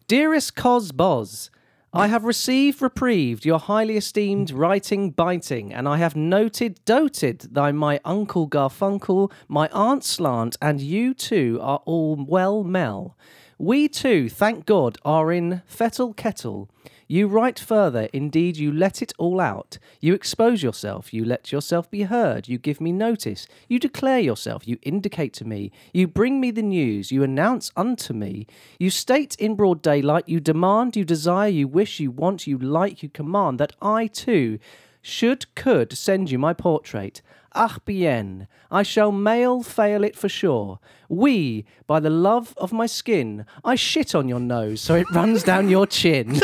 [SPEAKER 1] Dearest Cosboz, I have received, reprieved your highly esteemed writing, biting, and I have noted, doted thy my uncle Garfunkel, my aunt Slant, and you too are all well mell. We too, thank God, are in fettle kettle. You write further, indeed, you let it all out. You expose yourself, you let yourself be heard, you give me notice, you declare yourself, you indicate to me, you bring me the news, you announce unto me, you state in broad daylight, you demand, you desire, you wish, you want, you like, you command, that I too should, could send you my portrait. Ach bien, I shall mail fail it for sure. We, by the love of my skin, I shit on your nose so it runs down your chin.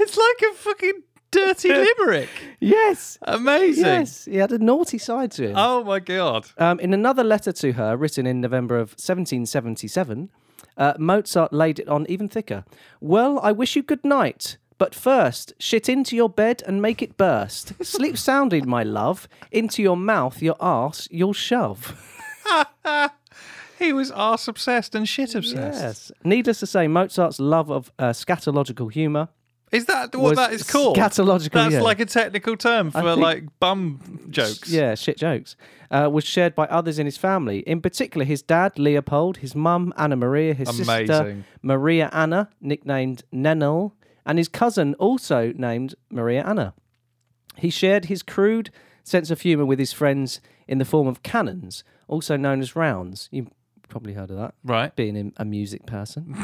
[SPEAKER 6] It's like a fucking dirty limerick.
[SPEAKER 1] Yes.
[SPEAKER 6] Amazing.
[SPEAKER 1] Yes. He had a naughty side to him.
[SPEAKER 6] Oh my god.
[SPEAKER 1] Um, in another letter to her, written in November of 1777, uh, Mozart laid it on even thicker. Well, I wish you good night. But first, shit into your bed and make it burst. Sleep soundly, my love. Into your mouth, your arse, you'll shove.
[SPEAKER 6] He was arse obsessed and shit obsessed.
[SPEAKER 1] Yes. Needless to say, Mozart's love of uh, scatological humour.
[SPEAKER 6] Is that what
[SPEAKER 1] Was
[SPEAKER 6] that is called?
[SPEAKER 1] scatological,
[SPEAKER 6] That's
[SPEAKER 1] yeah.
[SPEAKER 6] like a technical term for
[SPEAKER 1] think-
[SPEAKER 6] like bum jokes.
[SPEAKER 1] Yeah, shit jokes. Uh, was shared by others in his family, in particular his dad, Leopold, his mum, Anna Maria, his sister,
[SPEAKER 6] Amazing.
[SPEAKER 1] Maria Anna, nicknamed Nenel, and his cousin, also named Maria Anna. He shared his crude sense of humour with his friends in the form of canons, also known as rounds. You probably heard of that
[SPEAKER 6] Right.
[SPEAKER 1] being in- a music person.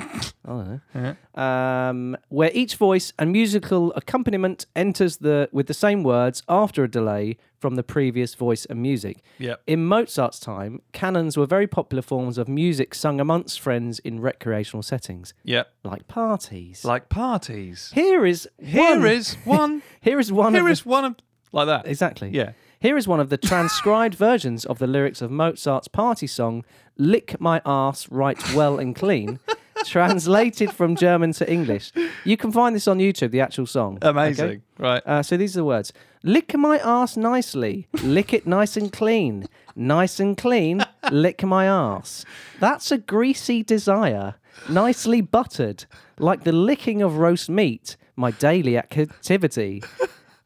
[SPEAKER 1] I don't know. Um, where each voice and musical accompaniment enters the with the same words after a delay from the previous voice and music.
[SPEAKER 6] Yep.
[SPEAKER 1] In Mozart's time, canons were very popular forms of music sung amongst friends in recreational settings,
[SPEAKER 6] Yep.
[SPEAKER 1] like parties.
[SPEAKER 6] Like parties.
[SPEAKER 1] here is
[SPEAKER 6] Here
[SPEAKER 1] one,
[SPEAKER 6] is one.
[SPEAKER 1] here is one
[SPEAKER 6] Here
[SPEAKER 1] of the-
[SPEAKER 6] is one of like that.
[SPEAKER 1] Exactly.
[SPEAKER 6] Yeah.
[SPEAKER 1] Here is one of the transcribed versions of the lyrics of Mozart's party song, Lick My Ass Right Well and Clean, translated from German to English. You can find this on YouTube, the actual song. okay?
[SPEAKER 6] Amazing. Right.
[SPEAKER 1] Uh, so these are the words Lick my ass nicely, lick it nice and clean, nice and clean, lick my ass. That's a greasy desire, nicely buttered, like the licking of roast meat, my daily activity.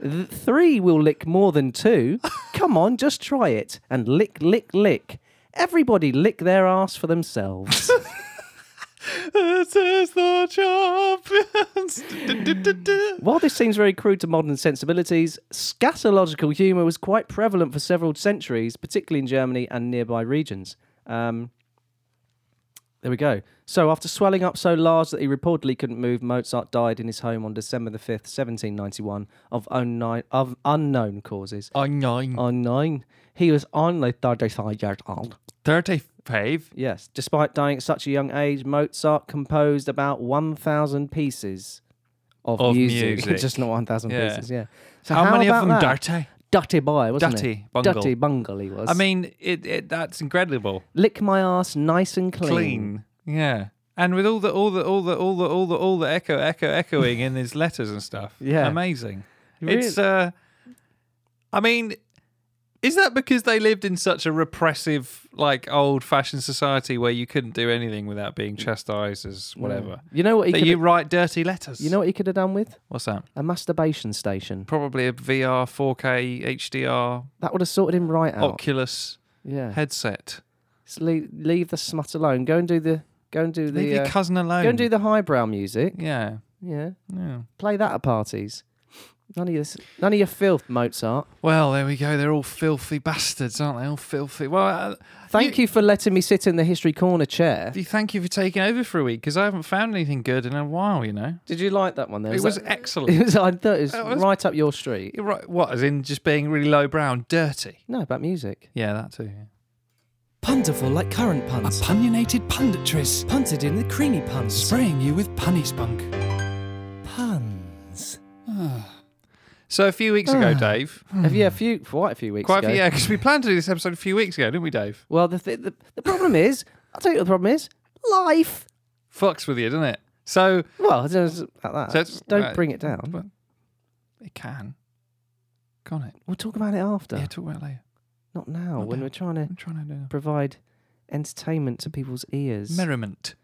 [SPEAKER 1] Th- Three will lick more than two. Come on, just try it and lick, lick, lick. Everybody lick their ass for themselves.
[SPEAKER 6] This is the champions. Du- du- du- du.
[SPEAKER 1] While this seems very crude to modern sensibilities, scatological humour was quite prevalent for several centuries, particularly in Germany and nearby regions. Um, there we go. So, after swelling up so large that he reportedly couldn't move, Mozart died in his home on December the 5th, 1791, of, unknown of unknown causes.
[SPEAKER 6] I
[SPEAKER 1] Uh,
[SPEAKER 6] nine.
[SPEAKER 1] Unknown. He was only 35 years old.
[SPEAKER 6] Thirty-five.
[SPEAKER 1] Yes. Despite dying at such a young age, Mozart composed about 1,000 pieces of,
[SPEAKER 6] Of
[SPEAKER 1] music.
[SPEAKER 6] music.
[SPEAKER 1] Just not 1,000
[SPEAKER 6] Yeah.
[SPEAKER 1] pieces, yeah. So
[SPEAKER 6] How, many of
[SPEAKER 1] about
[SPEAKER 6] them
[SPEAKER 1] that?
[SPEAKER 6] dirty?
[SPEAKER 1] Dutty boy, wasn't
[SPEAKER 6] Dutty
[SPEAKER 1] he?
[SPEAKER 6] bungle.
[SPEAKER 1] Dutty bungle he was.
[SPEAKER 6] I mean, it, it that's incredible.
[SPEAKER 1] lick my ass nice and clean.
[SPEAKER 6] Clean. Yeah. And with all the all the all the all the all the all the echo echo echoing in his letters and stuff.
[SPEAKER 1] Yeah.
[SPEAKER 6] Amazing.
[SPEAKER 1] Really-
[SPEAKER 6] It's uh I mean is that because they lived in such a repressive, like old-fashioned society where you couldn't do anything without being chastised as whatever?
[SPEAKER 1] You know what he
[SPEAKER 6] That
[SPEAKER 1] could
[SPEAKER 6] you
[SPEAKER 1] you,
[SPEAKER 6] write dirty letters.
[SPEAKER 1] know what he could have done with?
[SPEAKER 6] what's that?
[SPEAKER 1] A masturbation station.
[SPEAKER 6] Probably a VR, 4K, HDR,
[SPEAKER 1] That would have sorted him right out.
[SPEAKER 6] Oculus
[SPEAKER 1] Oh. Yeah.
[SPEAKER 6] headset.
[SPEAKER 1] Just leave, leave the smut alone. Go and do the go and do the
[SPEAKER 6] Leave your
[SPEAKER 1] uh,
[SPEAKER 6] cousin alone.
[SPEAKER 1] go and do the highbrow music.
[SPEAKER 6] yeah,
[SPEAKER 1] Yeah.
[SPEAKER 6] yeah.
[SPEAKER 1] Play that at parties. None of this none of your filth, Mozart.
[SPEAKER 6] Well, there we go. They're all filthy bastards, aren't they? All filthy. Well, uh,
[SPEAKER 1] Thank you, for letting me sit in the history corner chair.
[SPEAKER 6] you- thank you for taking over for a week because I haven't found anything good in a while. You know,
[SPEAKER 1] Did you like that one? There
[SPEAKER 6] it was
[SPEAKER 1] that-
[SPEAKER 6] excellent.
[SPEAKER 1] it was. I thought it was,
[SPEAKER 6] That was-
[SPEAKER 1] right up your street.
[SPEAKER 6] You're right. What? As in just being really low brown, dirty.
[SPEAKER 1] No, about music.
[SPEAKER 6] Yeah, that too. yeah.
[SPEAKER 9] Punderful like current puns. A punionated punditress. Punted in the creamy puns. Spraying you with punny spunk. Puns.
[SPEAKER 6] So a few weeks ago, Dave.
[SPEAKER 1] Have you a few, quite a few weeks
[SPEAKER 6] Quite a
[SPEAKER 1] Ah, ago?
[SPEAKER 6] few, yeah, because we planned to do this episode a few weeks ago, didn't we, Dave?
[SPEAKER 1] Well, the, th- the the problem is, I'll tell you what the problem is. Life.
[SPEAKER 6] Fucks with you, doesn't it? So
[SPEAKER 1] Well, it's just like that.
[SPEAKER 6] So it's-
[SPEAKER 1] don't
[SPEAKER 6] right.
[SPEAKER 1] bring it down.
[SPEAKER 6] But it can. Can't it?
[SPEAKER 1] We'll talk about it after,
[SPEAKER 6] Yeah, talk about it later.
[SPEAKER 1] not now, when
[SPEAKER 6] now.
[SPEAKER 1] we're trying to
[SPEAKER 6] I'm trying to do that.
[SPEAKER 1] provide entertainment to people's ears,
[SPEAKER 6] merriment,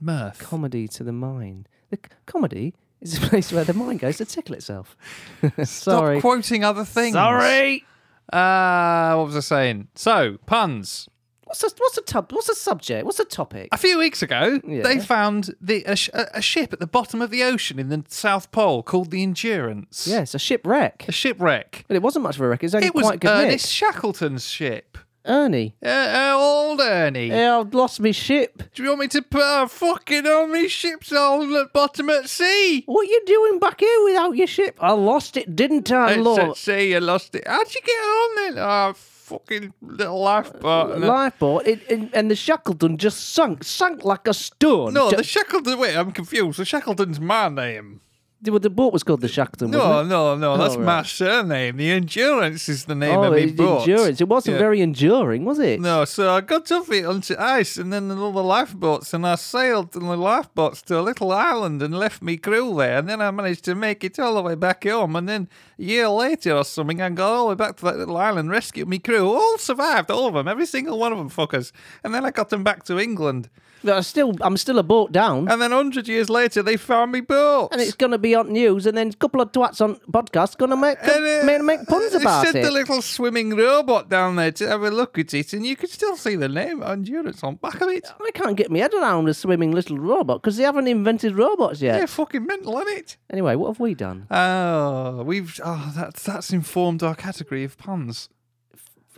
[SPEAKER 6] mirth.
[SPEAKER 1] comedy to the mind. The c- comedy is a place where the mind goes to tickle itself. Sorry.
[SPEAKER 6] Stop quoting other things.
[SPEAKER 1] Sorry.
[SPEAKER 6] Uh, what was I saying? So, puns.
[SPEAKER 1] What's the what's the tub? What's the subject? What's the topic?
[SPEAKER 6] A few weeks ago,
[SPEAKER 1] Yeah.
[SPEAKER 6] they found the a, sh- a a ship at the bottom of the ocean in the South Pole called the Endurance.
[SPEAKER 1] Yes, a shipwreck.
[SPEAKER 6] A shipwreck.
[SPEAKER 1] But it wasn't much of a wreck. It was only
[SPEAKER 6] It was
[SPEAKER 1] quite a good. nick.
[SPEAKER 6] Ernest Shackleton's ship.
[SPEAKER 1] Ernie.
[SPEAKER 6] Uh, uh, old Ernie.
[SPEAKER 1] Yeah, I've lost my ship.
[SPEAKER 6] Do you want me to put a fucking on my ship's old at bottom at sea?
[SPEAKER 1] What you doing back here without your ship? I lost it, didn't I,
[SPEAKER 6] It's
[SPEAKER 1] Lord?
[SPEAKER 6] at sea, you lost it. How'd you get on then? Oh, fucking little
[SPEAKER 1] Uh,
[SPEAKER 6] lifeboat. and a-
[SPEAKER 1] Lifeboat, it, and, and the Shackleton just sunk, sunk like a stone.
[SPEAKER 6] No,
[SPEAKER 1] Ju-
[SPEAKER 6] the Shackleton. Wait, I'm confused. The Shackleton's my name.
[SPEAKER 1] The, well, the boat was called the Shackleton.
[SPEAKER 6] No,
[SPEAKER 1] wasn't it? Oh,
[SPEAKER 6] no, no. That's
[SPEAKER 1] right.
[SPEAKER 6] my surname. The Endurance is the name
[SPEAKER 1] Oh,
[SPEAKER 6] of me
[SPEAKER 1] it,
[SPEAKER 6] boat.
[SPEAKER 1] endurance. It wasn't
[SPEAKER 6] Yeah.
[SPEAKER 1] very enduring, was it?
[SPEAKER 6] No, so I got off it onto ice and then all the lifeboats, and I sailed in the lifeboats to a little island and left me crew there. And then I managed to make it all the way back home. And then a year later or something, I got all the way back to that little island, rescued me crew, all survived, all of them, every single one of them fuckers. And then I got them back to England.
[SPEAKER 1] But I still, I'm still a boat down.
[SPEAKER 6] And then 100 years later, they found me boat.
[SPEAKER 1] and it's going to be on news, and then a couple of twats on podcast going to make make, make puns about
[SPEAKER 6] uh, They sent
[SPEAKER 1] it.
[SPEAKER 6] a little swimming robot down there to have a look at it, and you could still see the name Endurance on back of it.
[SPEAKER 1] I can't get my head around a swimming little robot because they haven't invented robots yet.
[SPEAKER 6] They're fucking mental, is it?
[SPEAKER 1] Anyway, what have we done?
[SPEAKER 6] Oh, we've oh that's that's informed our category of puns.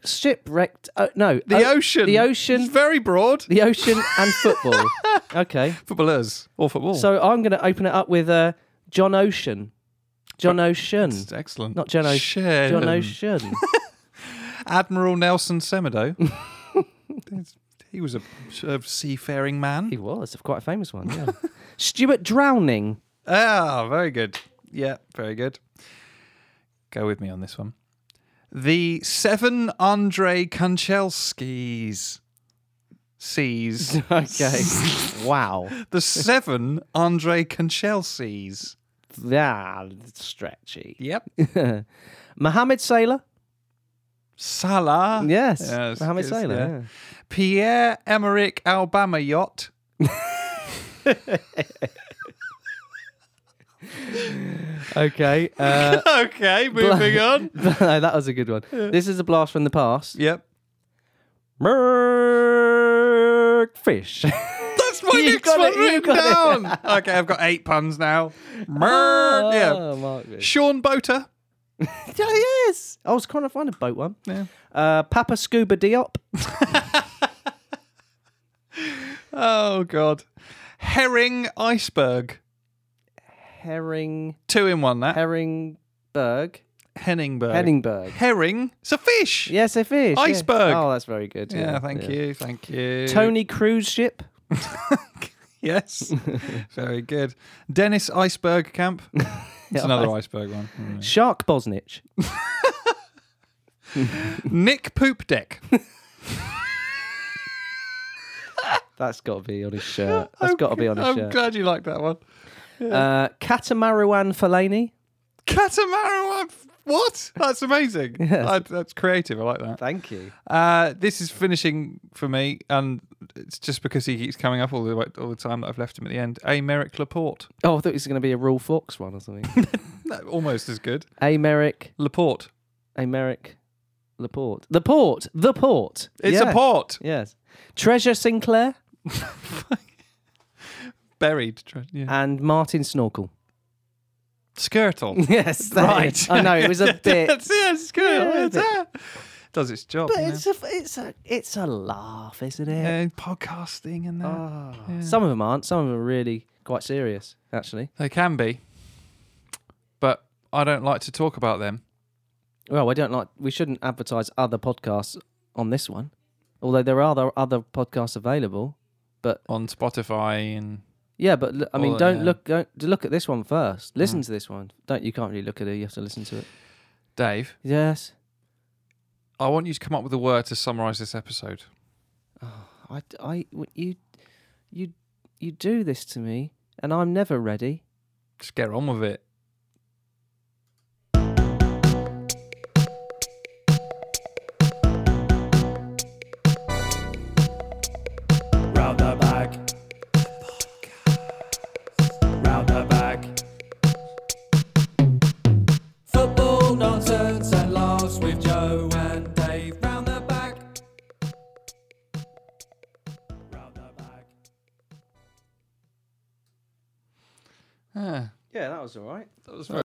[SPEAKER 1] Shipwrecked? Oh, no,
[SPEAKER 6] The
[SPEAKER 1] Oh,
[SPEAKER 6] ocean,
[SPEAKER 1] the
[SPEAKER 6] It's
[SPEAKER 1] ocean,
[SPEAKER 6] very broad.
[SPEAKER 1] the ocean, and football. okay,
[SPEAKER 6] Footballers or football.
[SPEAKER 1] so I'm going to open it up with uh, John Ocean. John Ocean,
[SPEAKER 6] It's excellent.
[SPEAKER 1] not John Ocean.
[SPEAKER 6] Shame.
[SPEAKER 1] John Ocean.
[SPEAKER 6] Admiral Nelson Semedo. he was a, a seafaring
[SPEAKER 1] he
[SPEAKER 6] man.
[SPEAKER 1] was quite a famous one. Yeah. Stuart Drowning.
[SPEAKER 6] Ah, very good. Yeah, very good. Go with me on this one. The seven Andre Kanchelskis. Seas.
[SPEAKER 1] Okay. wow.
[SPEAKER 6] the seven Andre Kanchelskis.
[SPEAKER 1] That stretchy.
[SPEAKER 6] Yep.
[SPEAKER 1] Mohammed Sailor.
[SPEAKER 6] Salah.
[SPEAKER 1] Yes.
[SPEAKER 6] Yes,
[SPEAKER 1] Mohammed
[SPEAKER 6] yes,
[SPEAKER 1] Sailor.
[SPEAKER 6] yeah.
[SPEAKER 1] yeah.
[SPEAKER 6] Pierre Emerick Alabama yacht.
[SPEAKER 1] Okay. Uh,
[SPEAKER 6] Okay, moving on.
[SPEAKER 1] no, that was a good one. This is a blast from the past.
[SPEAKER 6] Yep.
[SPEAKER 1] Merc fish.
[SPEAKER 6] That's my
[SPEAKER 1] You
[SPEAKER 6] next
[SPEAKER 1] got
[SPEAKER 6] one
[SPEAKER 1] it, you
[SPEAKER 6] written
[SPEAKER 1] got
[SPEAKER 6] down. okay, I've got eight puns now. Mer-
[SPEAKER 1] Oh,
[SPEAKER 6] yeah.
[SPEAKER 1] Mark Fish.
[SPEAKER 6] Sean Boater.
[SPEAKER 1] Oh, yes. I was trying to find a boat one.
[SPEAKER 6] Yeah.
[SPEAKER 1] Uh, Papa Scuba Diop.
[SPEAKER 6] Oh, God. Herring Iceberg.
[SPEAKER 1] Herring.
[SPEAKER 6] Two in one, that.
[SPEAKER 1] Herringberg.
[SPEAKER 6] Henningberg.
[SPEAKER 1] Henningberg.
[SPEAKER 6] Herring. It's a fish.
[SPEAKER 1] Yes, a fish. yeah.
[SPEAKER 6] Iceberg.
[SPEAKER 1] Oh, that's very good.
[SPEAKER 6] Yeah, thank
[SPEAKER 1] yeah.
[SPEAKER 6] you. Thank you.
[SPEAKER 1] Tony Cruise Ship.
[SPEAKER 6] Yes. Very good. Dennis Iceberg Camp. It's another iceberg one. Mm.
[SPEAKER 1] Shark Bosnich.
[SPEAKER 6] Nick Poop Deck.
[SPEAKER 1] That's got to be on his shirt. That's got to be on his
[SPEAKER 6] I'm
[SPEAKER 1] shirt.
[SPEAKER 6] glad you liked that one.
[SPEAKER 1] Uh, Catamaran Fellaini.
[SPEAKER 6] Catamaran. What? That's amazing. I, that's creative. I like that.
[SPEAKER 1] Thank you.
[SPEAKER 6] Uh, this is finishing for me, and it's just because he keeps coming up all the way, all the time that I've left him at the end. A Merrick Laporte.
[SPEAKER 1] Oh, I thought it was going to be a Rule Fox one or something.
[SPEAKER 6] No, almost as good.
[SPEAKER 1] Americ,
[SPEAKER 6] Laporte.
[SPEAKER 1] Americ, Laporte. The port. The port.
[SPEAKER 6] It's
[SPEAKER 1] Yeah.
[SPEAKER 6] a port.
[SPEAKER 1] Yes. Treasure Sinclair
[SPEAKER 6] Buried. Tre- Yeah.
[SPEAKER 1] and Martin Snorkel.
[SPEAKER 6] Skirtle.
[SPEAKER 1] Yes, that
[SPEAKER 6] Right.
[SPEAKER 1] is. I know it was a bit.
[SPEAKER 6] That's yeah,
[SPEAKER 1] Yeah,
[SPEAKER 6] Skirtle.
[SPEAKER 1] a
[SPEAKER 6] that's it. Does its job.
[SPEAKER 1] But
[SPEAKER 6] you know.
[SPEAKER 1] it's a it's a it's a laugh, isn't it? Ah.
[SPEAKER 6] Yeah, podcasting and that.
[SPEAKER 1] Oh. Some of them aren't. Some of them are really quite serious, actually.
[SPEAKER 6] They can be, but I don't like to talk about them.
[SPEAKER 1] Well, I don't like. We shouldn't advertise other podcasts on this one, although there are other- other podcasts available. But
[SPEAKER 6] on Spotify and
[SPEAKER 1] Oh, yeah, Hmm. but l- I mean,
[SPEAKER 6] Well,
[SPEAKER 1] don't
[SPEAKER 6] yeah.
[SPEAKER 1] look. Don't look at this one first. Listen to this one. Don't you can't really look at it. You have to listen to it.
[SPEAKER 6] Dave.
[SPEAKER 1] Yes,
[SPEAKER 6] I want you to come up with a word to summarize this episode.
[SPEAKER 1] I, I, w- you, you, you do this to me, and I'm never ready.
[SPEAKER 6] Just get on with it.
[SPEAKER 10] Round the back. Round the back.
[SPEAKER 11] Football nonsense and laughs with Joe and Dave round the back.
[SPEAKER 10] Round the back.
[SPEAKER 6] Ah,
[SPEAKER 1] Yeah, that was all right.
[SPEAKER 6] that was very